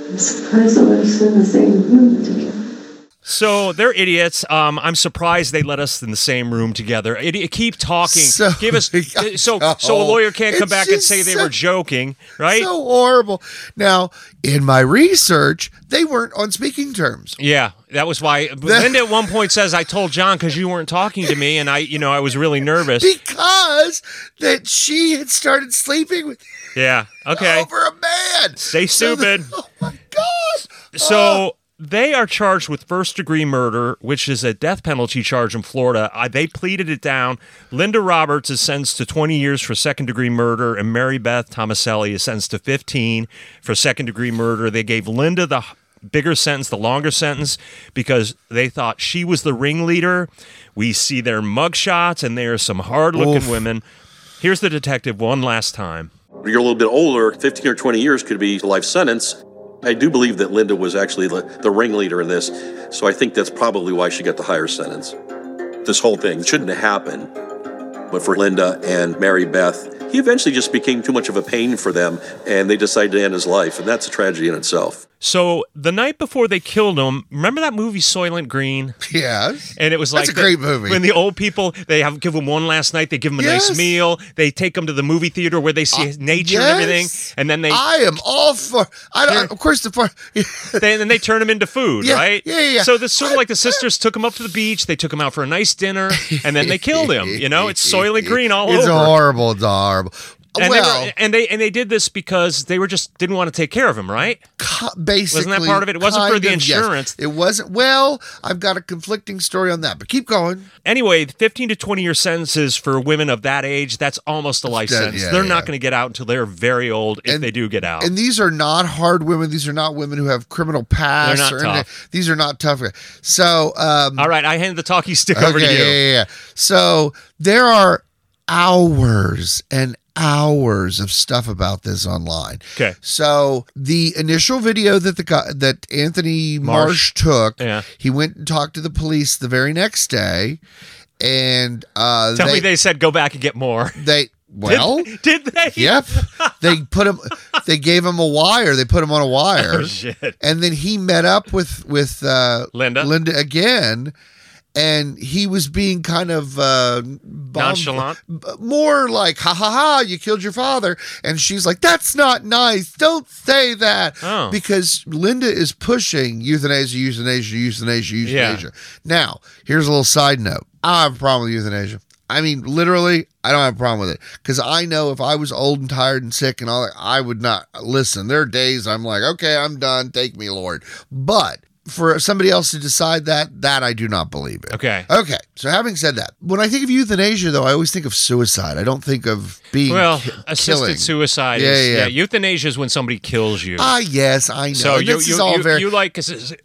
Speaker 8: I'm surprised that we're still in the same room together.
Speaker 2: So they're idiots. Um, I'm surprised they let us in the same room together. Idi keep talking.
Speaker 1: So-
Speaker 2: Give us so so a lawyer can't come
Speaker 1: It's
Speaker 2: back and
Speaker 1: just
Speaker 2: say they
Speaker 1: so-
Speaker 2: were joking, right?
Speaker 1: So horrible. Now, in my research, they weren't on speaking terms.
Speaker 2: yeah, that was why
Speaker 1: (laughs)
Speaker 2: Linda at one point says, "I told John because you weren't talking to me, and I, you know, I was really nervous."
Speaker 1: Because that she had started sleeping with
Speaker 2: Yeah. Okay.
Speaker 1: over a man.
Speaker 2: Stay
Speaker 1: So the-
Speaker 2: stupid.
Speaker 1: (laughs) oh my gosh.
Speaker 2: So they are charged with first degree murder, which is a death penalty charge in Florida. I, they pleaded it down. Linda Roberts is sentenced to 20 years for second degree murder, and Mary Beth Tomaselli is sentenced to 15 for second degree murder. They gave Linda the h- bigger sentence, the longer sentence, because they thought she was the ringleader. We see their mugshots, and they are some hard looking women. Here's the detective one last time.
Speaker 4: When you're a little bit older, 15 or 20 years could be a life sentence. I do believe that Linda was actually the, the ringleader in this, so I think that's probably why she got the higher sentence. This whole thing shouldn't have happened. But for Linda and Mary Beth, he eventually just became too much of a pain for them, and they decided to end his life, and that's a tragedy in itself.
Speaker 2: So the night before they killed him, remember that movie Soylent Green?
Speaker 1: Yes.
Speaker 2: And it was like
Speaker 1: That's a great movie.
Speaker 2: When the old people they have give them one last night, they give them a
Speaker 1: Yes. Uh,
Speaker 2: nice meal, they take them to the movie theater where they see nature and
Speaker 1: Yes.
Speaker 2: everything, and then they,
Speaker 1: I am all for. I don't. Of course, the part.
Speaker 2: they and then they turn them into food,
Speaker 1: Yeah,
Speaker 2: right?
Speaker 1: yeah, yeah, yeah.
Speaker 2: So this sort of like the sisters took him up to the beach, they took him out for a nice dinner, and then they killed him. You know, it's
Speaker 1: (laughs)
Speaker 2: Soylent Green all
Speaker 1: it's
Speaker 2: over.
Speaker 1: horrible. It's horrible.
Speaker 2: And
Speaker 1: well,
Speaker 2: they were, eh, and they and they did this because they were just didn't want to take care of him, right?
Speaker 1: co- basically
Speaker 2: part of it? It wasn't for
Speaker 1: kind
Speaker 2: the
Speaker 1: of, yes.
Speaker 2: insurance.
Speaker 1: It wasn't. Well, I've got a conflicting story on that, but keep going.
Speaker 2: Anyway, 15 to 20 year sentences for women of that age, that's almost a life
Speaker 1: That-
Speaker 2: sentence.
Speaker 1: yeah,
Speaker 2: they're
Speaker 1: yeah.
Speaker 2: not going to get out until they're very old if they do get out.
Speaker 1: And these are not hard women. These are not women who have criminal pasts.
Speaker 2: They're not
Speaker 1: or anything. These are not tough. So, um,
Speaker 2: All right, I hand the talkie stick over to
Speaker 1: okay,
Speaker 2: you.
Speaker 1: yeah, yeah, yeah. So there are hours and hours of stuff about this online.
Speaker 2: Okay.
Speaker 1: So the initial video that the guy, that Anthony Marsh,
Speaker 2: Marsh.
Speaker 1: took,
Speaker 2: Yeah.
Speaker 1: he went and talked to the police the very next day, and uh,
Speaker 2: Tell
Speaker 1: they,
Speaker 2: me they said go back and get more. (laughs)
Speaker 1: they well.
Speaker 2: Did they?
Speaker 1: Yep. They put him they gave him a wire. They put him on a wire.
Speaker 2: (laughs) Oh, shit.
Speaker 1: And then he met up with with uh
Speaker 2: Linda?
Speaker 1: Linda again and he was being kind of uh bum-
Speaker 2: Nonchalant?
Speaker 1: b- more like ha ha ha you killed your father and she's like that's not nice don't say that
Speaker 2: Oh.
Speaker 1: because linda is pushing euthanasia euthanasia euthanasia
Speaker 2: Yeah.
Speaker 1: euthanasia now here's a little side note i don't have a problem with euthanasia i mean literally i don't have a problem with it because i know if i was old and tired and sick and all that i would not listen there are days i'm like okay i'm done take me lord but for somebody else to decide that that i do not believe it
Speaker 2: Okay.
Speaker 1: Okay, so having said that, when I think of euthanasia, though, I always think of suicide. I don't think of being
Speaker 2: Well,
Speaker 1: ki-
Speaker 2: assisted
Speaker 1: killing.
Speaker 2: suicide
Speaker 1: Yeah,
Speaker 2: is
Speaker 1: yeah, yeah.
Speaker 2: yeah, euthanasia is when somebody kills you.
Speaker 1: Ah, yes, I know.
Speaker 2: so
Speaker 1: And
Speaker 2: you
Speaker 1: this
Speaker 2: you,
Speaker 1: is all
Speaker 2: you,
Speaker 1: very
Speaker 2: you like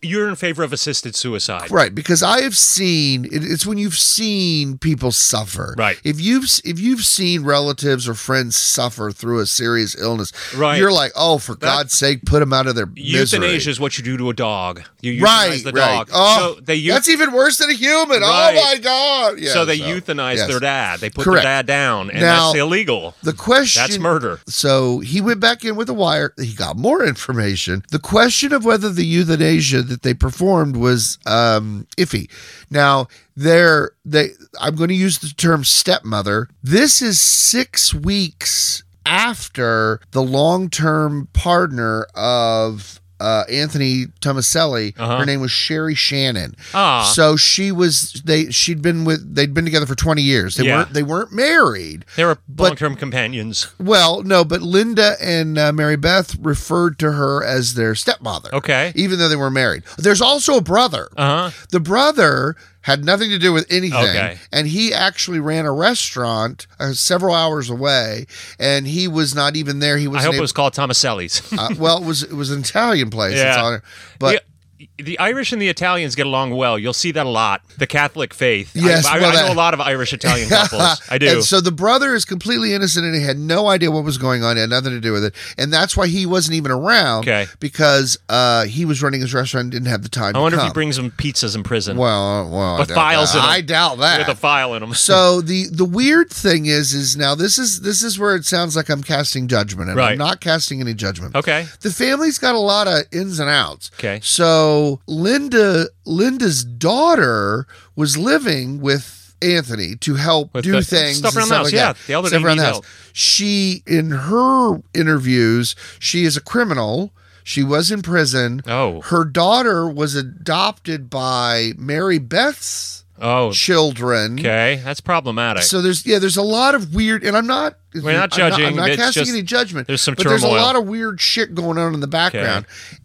Speaker 2: you're in favor of assisted suicide.
Speaker 1: right because I have seen it, it's when you've seen people suffer.
Speaker 2: Right.
Speaker 1: If you've s- if you've seen relatives or friends suffer through a serious illness,
Speaker 2: Right.
Speaker 1: You're like, oh, for God's sake, put them out of their
Speaker 2: Euthanasia
Speaker 1: misery.
Speaker 2: is what you do to a dog. You euthanize
Speaker 1: right,
Speaker 2: the
Speaker 1: right.
Speaker 2: dog.
Speaker 1: Oh,
Speaker 2: so they euth-
Speaker 1: that's even worse than a human.
Speaker 2: Right.
Speaker 1: Oh my god! Yeah,
Speaker 2: so they euthanized
Speaker 1: yes.
Speaker 2: their dad. They put
Speaker 1: Correct.
Speaker 2: their dad down, and
Speaker 1: Now-
Speaker 2: that's illegal.
Speaker 1: The question
Speaker 2: That's murder.
Speaker 1: So he went back in with a wire. He got more information. The question of whether the euthanasia that they performed was um, iffy. Now, there, they. I'm going to use the term stepmother. This is six weeks after the long-term partner of. Uh, Anthony Tomaselli. Her name was Sherry Shannon.
Speaker 2: Uh-huh. Ah.
Speaker 1: So she was they. She'd been with. They'd been together for twenty years. They
Speaker 2: Yeah.
Speaker 1: weren't. They weren't married.
Speaker 2: They were
Speaker 1: But-
Speaker 2: long term companions.
Speaker 1: Well, no, but Linda and uh, Mary Beth referred to her as their stepmother.
Speaker 2: Okay.
Speaker 1: Even though they were married. There's also a brother.
Speaker 2: Uh huh.
Speaker 1: The brother had nothing to do with anything.
Speaker 2: Okay.
Speaker 1: And he actually ran a restaurant uh, several hours away, and he was not even there. He was.
Speaker 2: I hope it was called Tomaselli's.
Speaker 1: (laughs)
Speaker 2: (laughs)
Speaker 1: uh, well, it was it was an Italian place.
Speaker 2: Yeah.
Speaker 1: It's on, but
Speaker 2: the, the Irish and the Italians get along well. You'll see that a lot. The Catholic faith.
Speaker 1: Yes,
Speaker 2: I, I,
Speaker 1: well,
Speaker 2: I know
Speaker 1: that-
Speaker 2: a lot of
Speaker 1: (laughs)
Speaker 2: Irish Italian couples. I do.
Speaker 1: And so the brother is completely innocent and he had no idea what was going on. It had nothing to do with it. And that's why he wasn't even around.
Speaker 2: Okay.
Speaker 1: Because uh, he was running his restaurant and didn't have the time
Speaker 2: I
Speaker 1: to
Speaker 2: wonder if
Speaker 1: come.
Speaker 2: he brings them pizzas in prison
Speaker 1: Well, uh, well, I
Speaker 2: With
Speaker 1: doubt
Speaker 2: files
Speaker 1: that.
Speaker 2: in 'em.
Speaker 1: I doubt that.
Speaker 2: with a file in them.
Speaker 1: So the the weird thing is is now this is this is where it sounds like I'm casting judgment and I'm
Speaker 2: Right.
Speaker 1: not casting any judgment.
Speaker 2: okay.
Speaker 1: The family's got a lot of ins and outs.
Speaker 2: Okay.
Speaker 1: So Linda Linda's daughter was living with Anthony to help
Speaker 2: With
Speaker 1: do
Speaker 2: the-
Speaker 1: things
Speaker 2: stuff
Speaker 1: and
Speaker 2: around the house,
Speaker 1: like
Speaker 2: yeah.
Speaker 1: that.
Speaker 2: The elderly
Speaker 1: stuff around the
Speaker 2: need
Speaker 1: house.
Speaker 2: help.
Speaker 1: She in her interviews, she is a criminal. She was in prison.
Speaker 2: Oh.
Speaker 1: Her daughter was adopted by Mary Beth's
Speaker 2: Oh.
Speaker 1: children.
Speaker 2: Okay. That's problematic.
Speaker 1: So there's yeah, there's a lot of weird, and I'm not
Speaker 2: We're not
Speaker 1: I'm
Speaker 2: judging.
Speaker 1: I'm not
Speaker 2: It's
Speaker 1: casting
Speaker 2: just-
Speaker 1: any judgment.
Speaker 2: there's some
Speaker 1: but there's a
Speaker 2: turmoil.
Speaker 1: lot of weird shit going on in the background,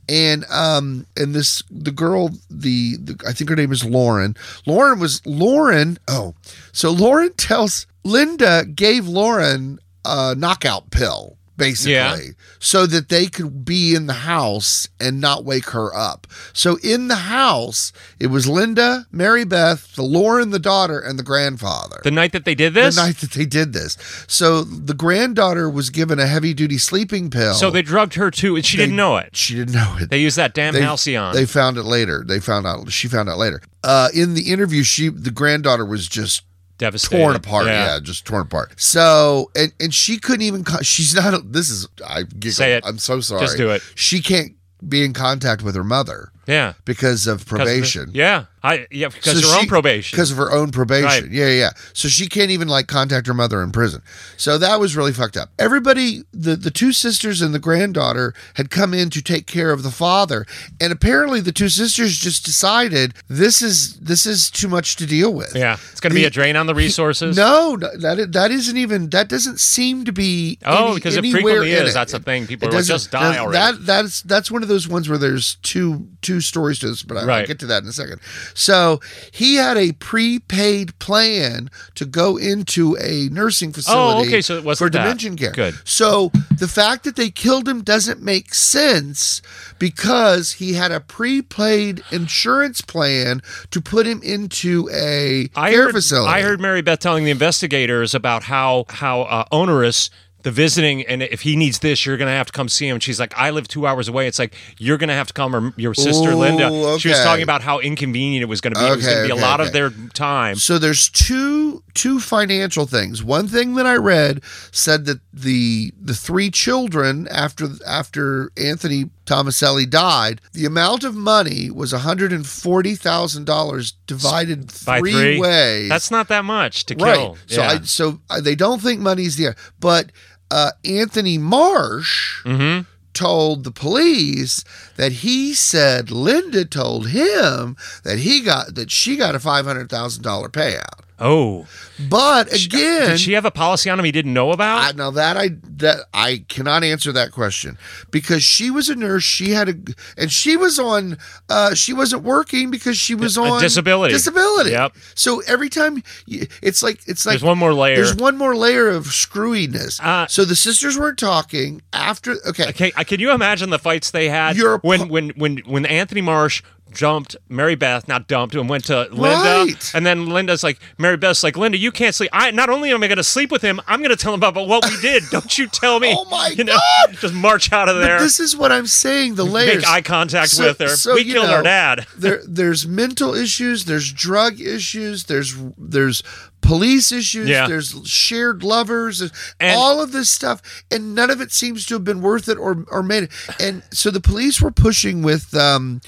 Speaker 1: and um, and this the girl the, the I think her name is Lauren. Lauren was Lauren. Oh, so Lauren tells Linda gave Lauren a knockout pill basically
Speaker 2: Yeah.
Speaker 1: so that they could be in the house and not wake her up. So in the house, it was Linda, Mary Beth, the Lauren, the daughter, and the grandfather.
Speaker 2: the night that they did
Speaker 1: The
Speaker 2: this?
Speaker 1: night that they did this. So the granddaughter was given a heavy duty sleeping pill.
Speaker 2: so they drugged her too, and she didn't know it.
Speaker 1: she didn't know it.
Speaker 2: They used that damn halcyon.
Speaker 1: they found it later. They found out she found out later. Uh, in the interview, she the granddaughter was just
Speaker 2: Devastated.
Speaker 1: torn apart. Yeah. just torn apart. So and and she couldn't even. Con- she's not. This is I giggle.
Speaker 2: Say it.
Speaker 1: I'm so sorry.
Speaker 2: Just do it.
Speaker 1: She can't be in contact with her mother
Speaker 2: Yeah.
Speaker 1: because of
Speaker 2: 'Cause of the-
Speaker 1: probation.
Speaker 2: yeah. I yeah because
Speaker 1: So
Speaker 2: her
Speaker 1: she-
Speaker 2: own probation.
Speaker 1: Because of her own probation.
Speaker 2: Right.
Speaker 1: Yeah, yeah. So she can't even like contact her mother in prison. So that was really fucked up. Everybody, the the two sisters and the granddaughter had come in to take care of the father, and apparently the two sisters just decided this is this is too much to deal with.
Speaker 2: yeah. It's going to be
Speaker 1: The-
Speaker 2: a drain on the resources.
Speaker 1: No, no, that i- that isn't even that doesn't seem to be
Speaker 2: Oh,
Speaker 1: any-
Speaker 2: because it
Speaker 1: anywhere
Speaker 2: frequently
Speaker 1: in
Speaker 2: is.
Speaker 1: it.
Speaker 2: That's the thing. People
Speaker 1: It
Speaker 2: are like,
Speaker 1: doesn't-
Speaker 2: just die
Speaker 1: now,
Speaker 2: already.
Speaker 1: That that's that's one of those ones where there's two two stories to this, but I, will
Speaker 2: Right.
Speaker 1: get to that in a second. So he had a prepaid plan to go into a nursing facility.
Speaker 2: Oh, okay, so it wasn't
Speaker 1: for
Speaker 2: that.
Speaker 1: dementia care.
Speaker 2: Good.
Speaker 1: So the fact that they killed him doesn't make sense because he had a prepaid insurance plan to put him into a
Speaker 2: I
Speaker 1: care
Speaker 2: heard,
Speaker 1: facility.
Speaker 2: I heard Mary Beth telling the investigators about how how uh, onerous the visiting and if he needs this, you're gonna have to come see him. She's like, I live two hours away. It's like you're gonna have to come or your sister
Speaker 1: Ooh,
Speaker 2: Linda. She was
Speaker 1: okay.
Speaker 2: talking about how inconvenient it was gonna be. it was
Speaker 1: Okay,
Speaker 2: gonna be
Speaker 1: okay,
Speaker 2: a lot
Speaker 1: okay.
Speaker 2: of their time.
Speaker 1: So there's two two financial things. One thing that I read said that the the three children after after Anthony Tomaselli died, the amount of money was hundred and forty thousand dollars divided
Speaker 2: By
Speaker 1: three,
Speaker 2: three,
Speaker 1: ways.
Speaker 2: That's not that much to
Speaker 1: right.
Speaker 2: kill.
Speaker 1: So
Speaker 2: yeah.
Speaker 1: I so I, they don't think money's the but uh, Anthony Marsh
Speaker 2: Mhm.
Speaker 1: told the police that he said Linda told him that he got that she got a five hundred thousand dollar payout.
Speaker 2: Oh,
Speaker 1: But again,
Speaker 2: did she have a policy on him he didn't know about?
Speaker 1: I, now that I that I cannot answer that question because she was a nurse. She had a and she was on. uh She wasn't working because she was
Speaker 2: A
Speaker 1: on
Speaker 2: disability.
Speaker 1: Disability.
Speaker 2: Yep.
Speaker 1: So every time you, it's like it's like
Speaker 2: There's one more layer.
Speaker 1: There's one more layer of screwiness.
Speaker 2: Uh,
Speaker 1: so the sisters weren't talking after. Okay.
Speaker 2: Okay, uh, can you imagine the fights they had
Speaker 1: You're a
Speaker 2: when
Speaker 1: pu-
Speaker 2: when when when Anthony Marsh jumped Mary Beth, not dumped, and went to Linda.
Speaker 1: Right.
Speaker 2: And then Linda's like, Mary Beth's like, Linda, you can't sleep. I not only am I going to sleep with him, I'm going to tell him about what we did. (laughs) Don't you tell me.
Speaker 1: Oh my
Speaker 2: you know,
Speaker 1: God.
Speaker 2: Just march out of
Speaker 1: But
Speaker 2: there.
Speaker 1: this is what I'm saying. The layers.
Speaker 2: Make eye contact
Speaker 1: So-
Speaker 2: with her.
Speaker 1: so,
Speaker 2: we
Speaker 1: you
Speaker 2: killed
Speaker 1: know,
Speaker 2: our dad. (laughs)
Speaker 1: There, there's mental issues. There's drug issues. There's there's police issues.
Speaker 2: Yeah.
Speaker 1: There's shared lovers. there's
Speaker 2: And-
Speaker 1: all of this stuff, and none of it seems to have been worth it or or made it. And so the police were pushing with um,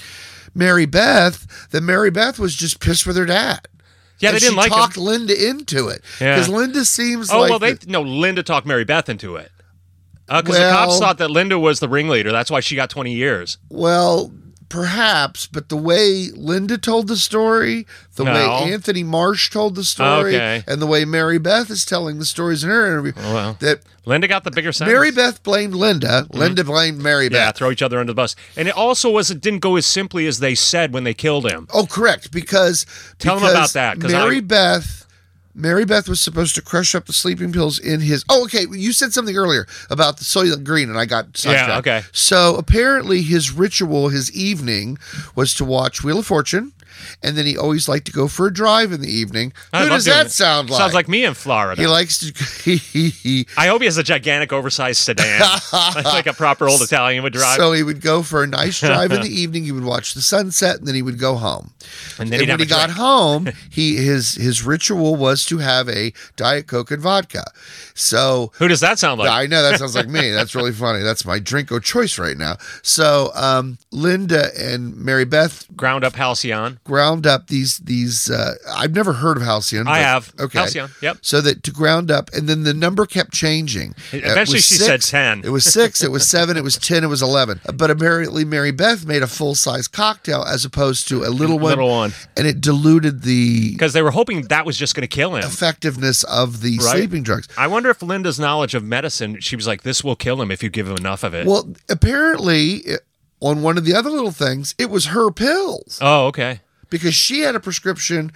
Speaker 1: Mary Beth that Mary Beth was just pissed with her dad.
Speaker 2: Yeah, they
Speaker 1: And
Speaker 2: didn't
Speaker 1: she
Speaker 2: like him.
Speaker 1: talked Linda into it
Speaker 2: Yeah.
Speaker 1: because Linda seems
Speaker 2: Oh
Speaker 1: like
Speaker 2: well, they
Speaker 1: the-
Speaker 2: no. Linda talked Mary Beth into it because the
Speaker 1: Well-
Speaker 2: cops thought that Linda was the ringleader. That's why she got twenty years.
Speaker 1: Well, perhaps, but the way Linda told the story, the
Speaker 2: No.
Speaker 1: way Anthony Marsh told the story,
Speaker 2: Okay.
Speaker 1: and the way Mary Beth is telling the stories in her interview,
Speaker 2: Well.
Speaker 1: that
Speaker 2: Linda got the bigger sentence.
Speaker 1: Mary Beth blamed Linda,
Speaker 2: Mm-hmm.
Speaker 1: Linda blamed Mary
Speaker 2: Yeah,
Speaker 1: Beth.
Speaker 2: throw each other under the bus. And it also was it didn't go as simply as they said when they killed him.
Speaker 1: Oh, correct, because
Speaker 2: Tell 'em
Speaker 1: because
Speaker 2: about that, 'cause
Speaker 1: Mary
Speaker 2: I-
Speaker 1: Beth. Mary Beth was supposed to crush up the sleeping pills in his. Oh, okay. You said something earlier about the Soylent Green, and I got sidetracked.
Speaker 2: okay.
Speaker 1: So apparently, his ritual, his evening, was to watch Wheel of Fortune, and then he always liked to go for a drive in the evening.
Speaker 2: I
Speaker 1: Who
Speaker 2: love
Speaker 1: does
Speaker 2: doing
Speaker 1: that
Speaker 2: it.
Speaker 1: sound like?
Speaker 2: Sounds like me in Florida.
Speaker 1: he likes to. (laughs) he, he,
Speaker 2: I hope he has a gigantic oversized
Speaker 1: (laughs)
Speaker 2: sedan. like, like a proper old Italian would drive.
Speaker 1: So he would go for a nice
Speaker 2: (laughs)
Speaker 1: drive in the evening. He would watch the sunset, and then he would go home.
Speaker 2: and
Speaker 1: and when he got
Speaker 2: drink.
Speaker 1: home, he his his ritual was to have a diet coke and vodka. So
Speaker 2: Who does that sound like?
Speaker 1: I know that sounds like me. That's really funny. That's my drink of choice right now. So um, Linda and Mary Beth
Speaker 2: Ground up Halcyon.
Speaker 1: ground up these these. Uh, I've never heard of Halcyon.
Speaker 2: I
Speaker 1: but-
Speaker 2: have.
Speaker 1: Okay,
Speaker 2: Halcyon, yep.
Speaker 1: So that to ground up, and then the number kept changing. Uh, It
Speaker 2: Eventually
Speaker 1: was
Speaker 2: she said 10.
Speaker 1: It was six. It was seven. It was ten. It was eleven. But apparently Mary Beth made a full size cocktail as opposed to a little one.
Speaker 2: Little one.
Speaker 1: and it diluted the
Speaker 2: Because they were hoping that was just going to kill him.
Speaker 1: effectiveness of the
Speaker 2: Right.
Speaker 1: sleeping drugs.
Speaker 2: I wonder if Linda's knowledge of medicine, she was like, this will kill him if you give him enough of it.
Speaker 1: Well, apparently, i- on one of the other little things, it was her pills
Speaker 2: oh, okay.
Speaker 1: because she had a prescription.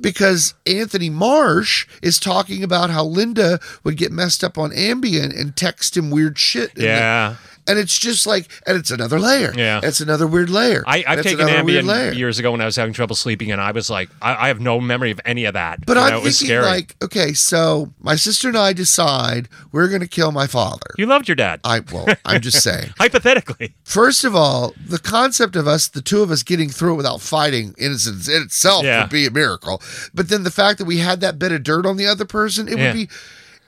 Speaker 1: Because Anthony Marsh is talking about how Linda would get messed up on Ambien and text him weird shit. in the-
Speaker 2: Yeah.
Speaker 1: and it's just like, and it's another layer.
Speaker 2: Yeah.
Speaker 1: It's another weird layer.
Speaker 2: I,
Speaker 1: and
Speaker 2: I've
Speaker 1: it's
Speaker 2: taken
Speaker 1: another weird
Speaker 2: Ambien years ago when I was having trouble sleeping, and I was like, I, I have no memory of any of that.
Speaker 1: But
Speaker 2: You
Speaker 1: I'm
Speaker 2: know, it
Speaker 1: thinking
Speaker 2: was scary.
Speaker 1: like, okay, so my sister and I decide we're going to kill my father.
Speaker 2: you loved your dad,
Speaker 1: I well, I'm just saying.
Speaker 2: hypothetically.
Speaker 1: First of all, the concept of us, the two of us getting through it without fighting in, its, in itself
Speaker 2: Yeah.
Speaker 1: would be a miracle. But then the fact that we had that bit of dirt on the other person, it
Speaker 2: Yeah.
Speaker 1: would be.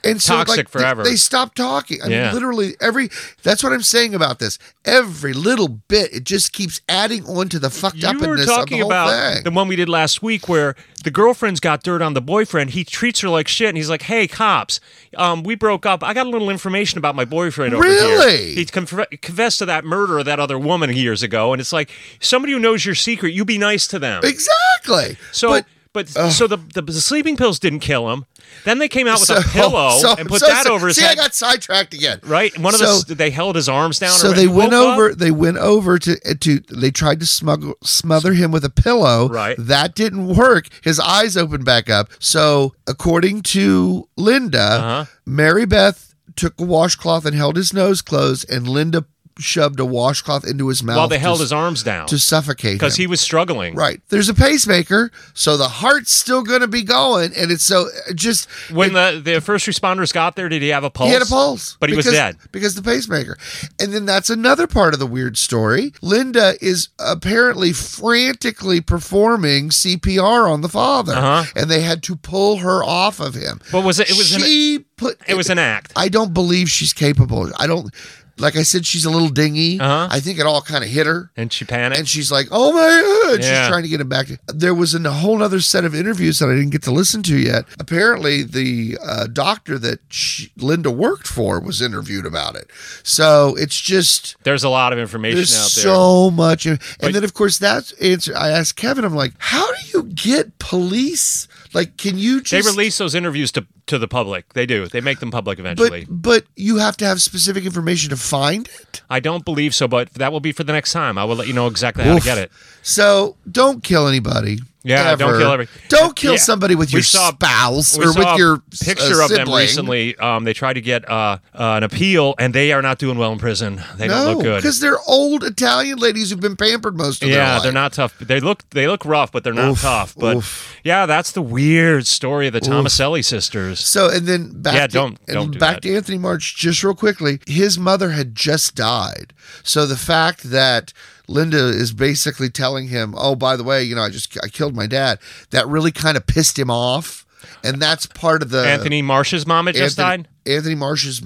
Speaker 1: And so,
Speaker 2: Toxic
Speaker 1: like, they-
Speaker 2: forever.
Speaker 1: They, stopped talking. I
Speaker 2: Yeah.
Speaker 1: mean, literally every. That's what I'm saying about this. Every little bit, it just keeps adding on to the fucked
Speaker 2: You were
Speaker 1: upness of the
Speaker 2: talking
Speaker 1: whole
Speaker 2: about
Speaker 1: thing.
Speaker 2: the one we did last week where the girlfriend's got dirt on the boyfriend. He treats her like shit, and he's like, "Hey, cops, um, we broke up. I got a little information about my boyfriend over
Speaker 1: Really?
Speaker 2: here. He conf- confessed to that murder of that other woman years ago, and it's like somebody who knows your secret. You be nice to them.
Speaker 1: exactly.
Speaker 2: So, but,
Speaker 1: But-
Speaker 2: so the, the the sleeping pills didn't kill him. Then they came out with
Speaker 1: so-
Speaker 2: a pillow
Speaker 1: (laughs) so-
Speaker 2: and put
Speaker 1: so-
Speaker 2: that
Speaker 1: so-
Speaker 2: over his
Speaker 1: See,
Speaker 2: head.
Speaker 1: I got sidetracked again.
Speaker 2: right? And one of
Speaker 1: So-
Speaker 2: the they held his arms down.
Speaker 1: So
Speaker 2: or-
Speaker 1: they
Speaker 2: and
Speaker 1: went
Speaker 2: woke up.
Speaker 1: over. They went over to eh, to. They tried to smuggle smother him with a pillow.
Speaker 2: Right.
Speaker 1: That didn't work. His eyes opened back up. So according to Linda,
Speaker 2: Uh-huh.
Speaker 1: Mary Beth took a washcloth and held his nose closed, and Linda shoved a washcloth into his mouth
Speaker 2: while they held
Speaker 1: to,
Speaker 2: his arms down
Speaker 1: to suffocate
Speaker 2: because
Speaker 1: him.
Speaker 2: he was struggling.
Speaker 1: Right. There's a pacemaker, so the heart's still going to be going, and it's so eh, just
Speaker 2: When the, the first responders got there, did he have a pulse?
Speaker 1: He had a pulse,
Speaker 2: But he was
Speaker 1: because-
Speaker 2: dead.
Speaker 1: because the pacemaker. And then that's another part of the weird story. Linda is apparently frantically performing CPR on the father, and they had to pull her off of him.
Speaker 2: Uh-huh. But was it- it was an-
Speaker 1: she put
Speaker 2: It was an act.
Speaker 1: I don't believe she's capable. I don't. Like I said, she's a little dingy.
Speaker 2: Uh-huh.
Speaker 1: I think it all kind of hit her.
Speaker 2: And she panicked.
Speaker 1: And she's like, "Oh my god!"
Speaker 2: Yeah.
Speaker 1: She's trying to get him back. There was an- a whole other set of interviews that I didn't get to listen to yet. Apparently, the uh, doctor that she, Linda worked for was interviewed about it. So it's just
Speaker 2: There's a lot of information
Speaker 1: there's
Speaker 2: out there.
Speaker 1: so much. And then, of course, that's answer. I asked Kevin. I'm like, "How do you get police? Like, can you
Speaker 2: they
Speaker 1: just?"
Speaker 2: release those interviews to, to the public. They do. They make them public eventually.
Speaker 1: but but you have to have specific information to find it.
Speaker 2: I don't believe so, but that will be for the next time. I will let you know exactly how
Speaker 1: Oof.
Speaker 2: to get it.
Speaker 1: So don't kill anybody.
Speaker 2: Yeah, don't
Speaker 1: ever.
Speaker 2: kill every-
Speaker 1: Don't kill
Speaker 2: Yeah.
Speaker 1: somebody with
Speaker 2: We
Speaker 1: your
Speaker 2: saw-
Speaker 1: spouse
Speaker 2: we
Speaker 1: or
Speaker 2: saw
Speaker 1: with
Speaker 2: a
Speaker 1: your
Speaker 2: picture
Speaker 1: uh,
Speaker 2: of them
Speaker 1: sibling.
Speaker 2: recently. Um, they tried to get uh, uh, an appeal, and they are not doing well in prison. They don't
Speaker 1: No,
Speaker 2: look good.
Speaker 1: because they're old Italian ladies who've been pampered most of their
Speaker 2: Yeah,
Speaker 1: life.
Speaker 2: they're not tough. They look they look rough, but they're not
Speaker 1: Oof,
Speaker 2: tough. But
Speaker 1: oof.
Speaker 2: yeah, that's the weird story of the Tomaselli sisters.
Speaker 1: So and then back
Speaker 2: Yeah,
Speaker 1: to,
Speaker 2: don't-
Speaker 1: and
Speaker 2: don't do
Speaker 1: back
Speaker 2: that.
Speaker 1: to Anthony March just real quickly. His mother had just died, so the fact that Linda is basically telling him, "Oh, by the way, you know, I just I killed my dad," that really kind of pissed him off, and that's part of the
Speaker 2: Anthony Marsh's mom had just
Speaker 1: Uh, Anthony-
Speaker 2: died.
Speaker 1: Anthony Marsh's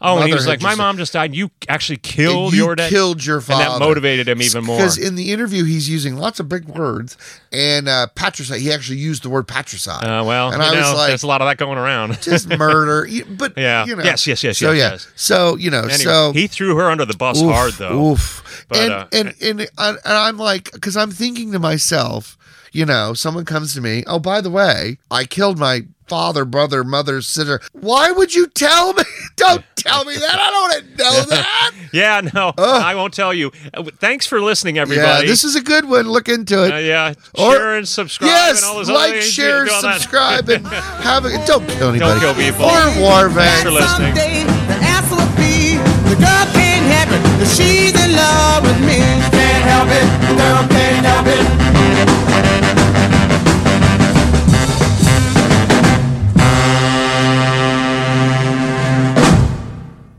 Speaker 2: Oh, and he
Speaker 1: mother
Speaker 2: was
Speaker 1: had
Speaker 2: like, "My
Speaker 1: just-
Speaker 2: mom just died. and You actually
Speaker 1: and
Speaker 2: killed
Speaker 1: you
Speaker 2: your dad.
Speaker 1: killed your father."
Speaker 2: and that motivated him even more.
Speaker 1: Because in the interview, he's using lots of big words and uh, patricide. He actually used the word patricide.
Speaker 2: Uh, well,
Speaker 1: and
Speaker 2: you
Speaker 1: I
Speaker 2: know,
Speaker 1: was like,
Speaker 2: there's a lot of that going around.
Speaker 1: (laughs) just murder. You- But
Speaker 2: Yeah.
Speaker 1: you know,
Speaker 2: Yes, yes, yes,
Speaker 1: So
Speaker 2: yes,
Speaker 1: yeah,
Speaker 2: yes.
Speaker 1: so you know,
Speaker 2: (laughs) Anyway,
Speaker 1: so
Speaker 2: he threw her under the bus
Speaker 1: oof,
Speaker 2: hard, though.
Speaker 1: Oof.
Speaker 2: But,
Speaker 1: and,
Speaker 2: uh,
Speaker 1: and and I- and I'm like, because I'm thinking to myself, you know, someone comes to me. Oh, by the way, I killed my father, brother, mother, sister. Why would you tell me? (laughs) Don't tell me that. I don't want to know
Speaker 2: (laughs)
Speaker 1: that.
Speaker 2: (laughs) Yeah, no, I won't tell you. Uh, w- Thanks for listening,
Speaker 1: yeah,
Speaker 2: everybody.
Speaker 1: this is a good one. Look into it.
Speaker 2: uh, yeah,
Speaker 1: Or-
Speaker 2: share and subscribe.
Speaker 1: Yes,
Speaker 2: and all those other
Speaker 1: like,
Speaker 2: things,
Speaker 1: share,
Speaker 2: do all that.
Speaker 1: subscribe,
Speaker 2: (laughs)
Speaker 1: and have a don't kill anybody.
Speaker 2: Don't kill people.
Speaker 1: Au revoir, Vance.
Speaker 2: Thanks for listening.
Speaker 3: Someday the answer will be the girl can't help it. that She's in love with me. Can't help it. The girl can't help it.